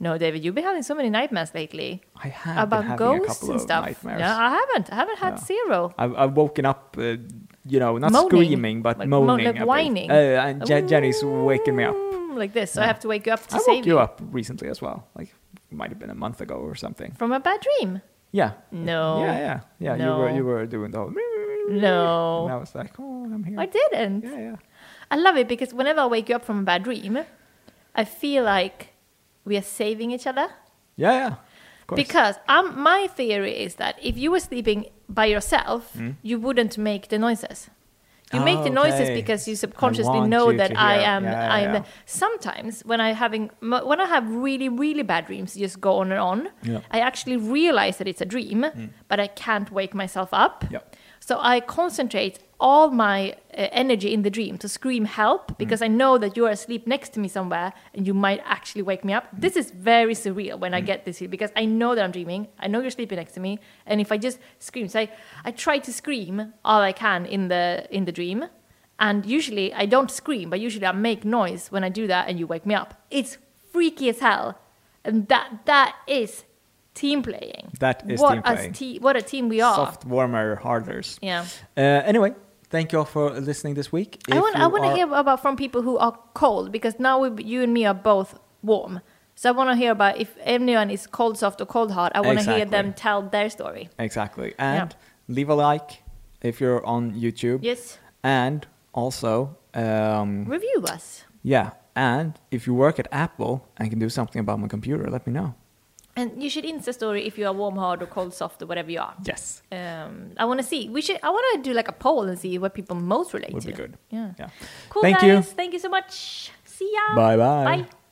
B: No, David, you've been having so many nightmares lately
A: I have been
B: about
A: having a
B: ghosts
A: couple
B: and
A: of
B: stuff.
A: nightmares.
B: No, I haven't. I haven't had
A: Yeah.
B: zero.
A: I've, I've woken up, uh, you know, not
B: Moaning.
A: screaming, but
B: Like, mo-
A: moaning.
B: like
A: a bit.
B: whining.
A: Uh, and Je- Jenny's waking me up.
B: Mm, Like this, so I
A: Yeah.
B: have to wake you up to
A: I
B: save
A: woke you up recently as well. Like, might have been a month ago or something.
B: from a bad dream.
A: Yeah.
B: No.
A: Yeah, yeah. Yeah, you, were,
B: Oh. No.
A: you were doing the whole.
B: No.
A: And I was like, oh, I'm here.
B: I didn't.
A: Yeah, yeah.
B: I love it because whenever I wake you up from a bad dream, I feel like we are saving each other.
A: Yeah, yeah. Of course.
B: Because um, my theory is that if you were sleeping by yourself,
A: Hmm?
B: you wouldn't make the noises. You make the noises
A: Oh, Okay.
B: because you
A: I
B: subconsciously
A: want
B: know
A: you
B: that
A: to
B: I
A: hear.
B: am.
A: Yeah,
B: I'm.
A: yeah.
B: Sometimes when I having mo- when I have really really bad dreams, just go on and on.
A: Yeah. Hmm.
B: I actually realize that it's a dream, but I can't wake myself up.
A: Yeah.
B: So I concentrate all my uh, energy in the dream to scream
A: Mm.
B: help because I know that you are asleep next to me somewhere and you might actually wake me
A: Mm.
B: up. This is very surreal when I get this here because I know that I'm dreaming. I know you're sleeping next to me, and if I just scream, so I, I try to scream all I can in the in the dream, And usually I don't scream, but usually I make noise when I do that and you wake me up. It's freaky as hell. And that that is team playing.
A: That is
B: what
A: team
B: a
A: playing.
B: te- what a team we are.
A: Soft, warmer, harders.
B: Yeah.
A: Uh, anyway, thank you all for listening this week.
B: I
A: If
B: want I
A: you
B: want to
A: are-
B: hear about from people who are cold because now we, you and me are both warm. So I want to hear about if anyone is cold soft or cold hard. I want to hear
A: Exactly.
B: them tell their story.
A: Exactly. And leave a like if you're on YouTube.
B: Yes,
A: And also, um,
B: review us
A: yeah. And if you work at Apple and can do something about my computer, let me know.
B: and you should insta story if you are warm hard or cold soft or whatever you are.
A: Yes.
B: Um, I want to see. We should. I want to do like a poll and see what people most relate
A: Would
B: to.
A: be good.
B: Yeah.
A: Yeah.
B: Cool.
A: Thank
B: guys.
A: you.
B: Thank you so much. See ya.
A: Bye-bye.
B: Bye.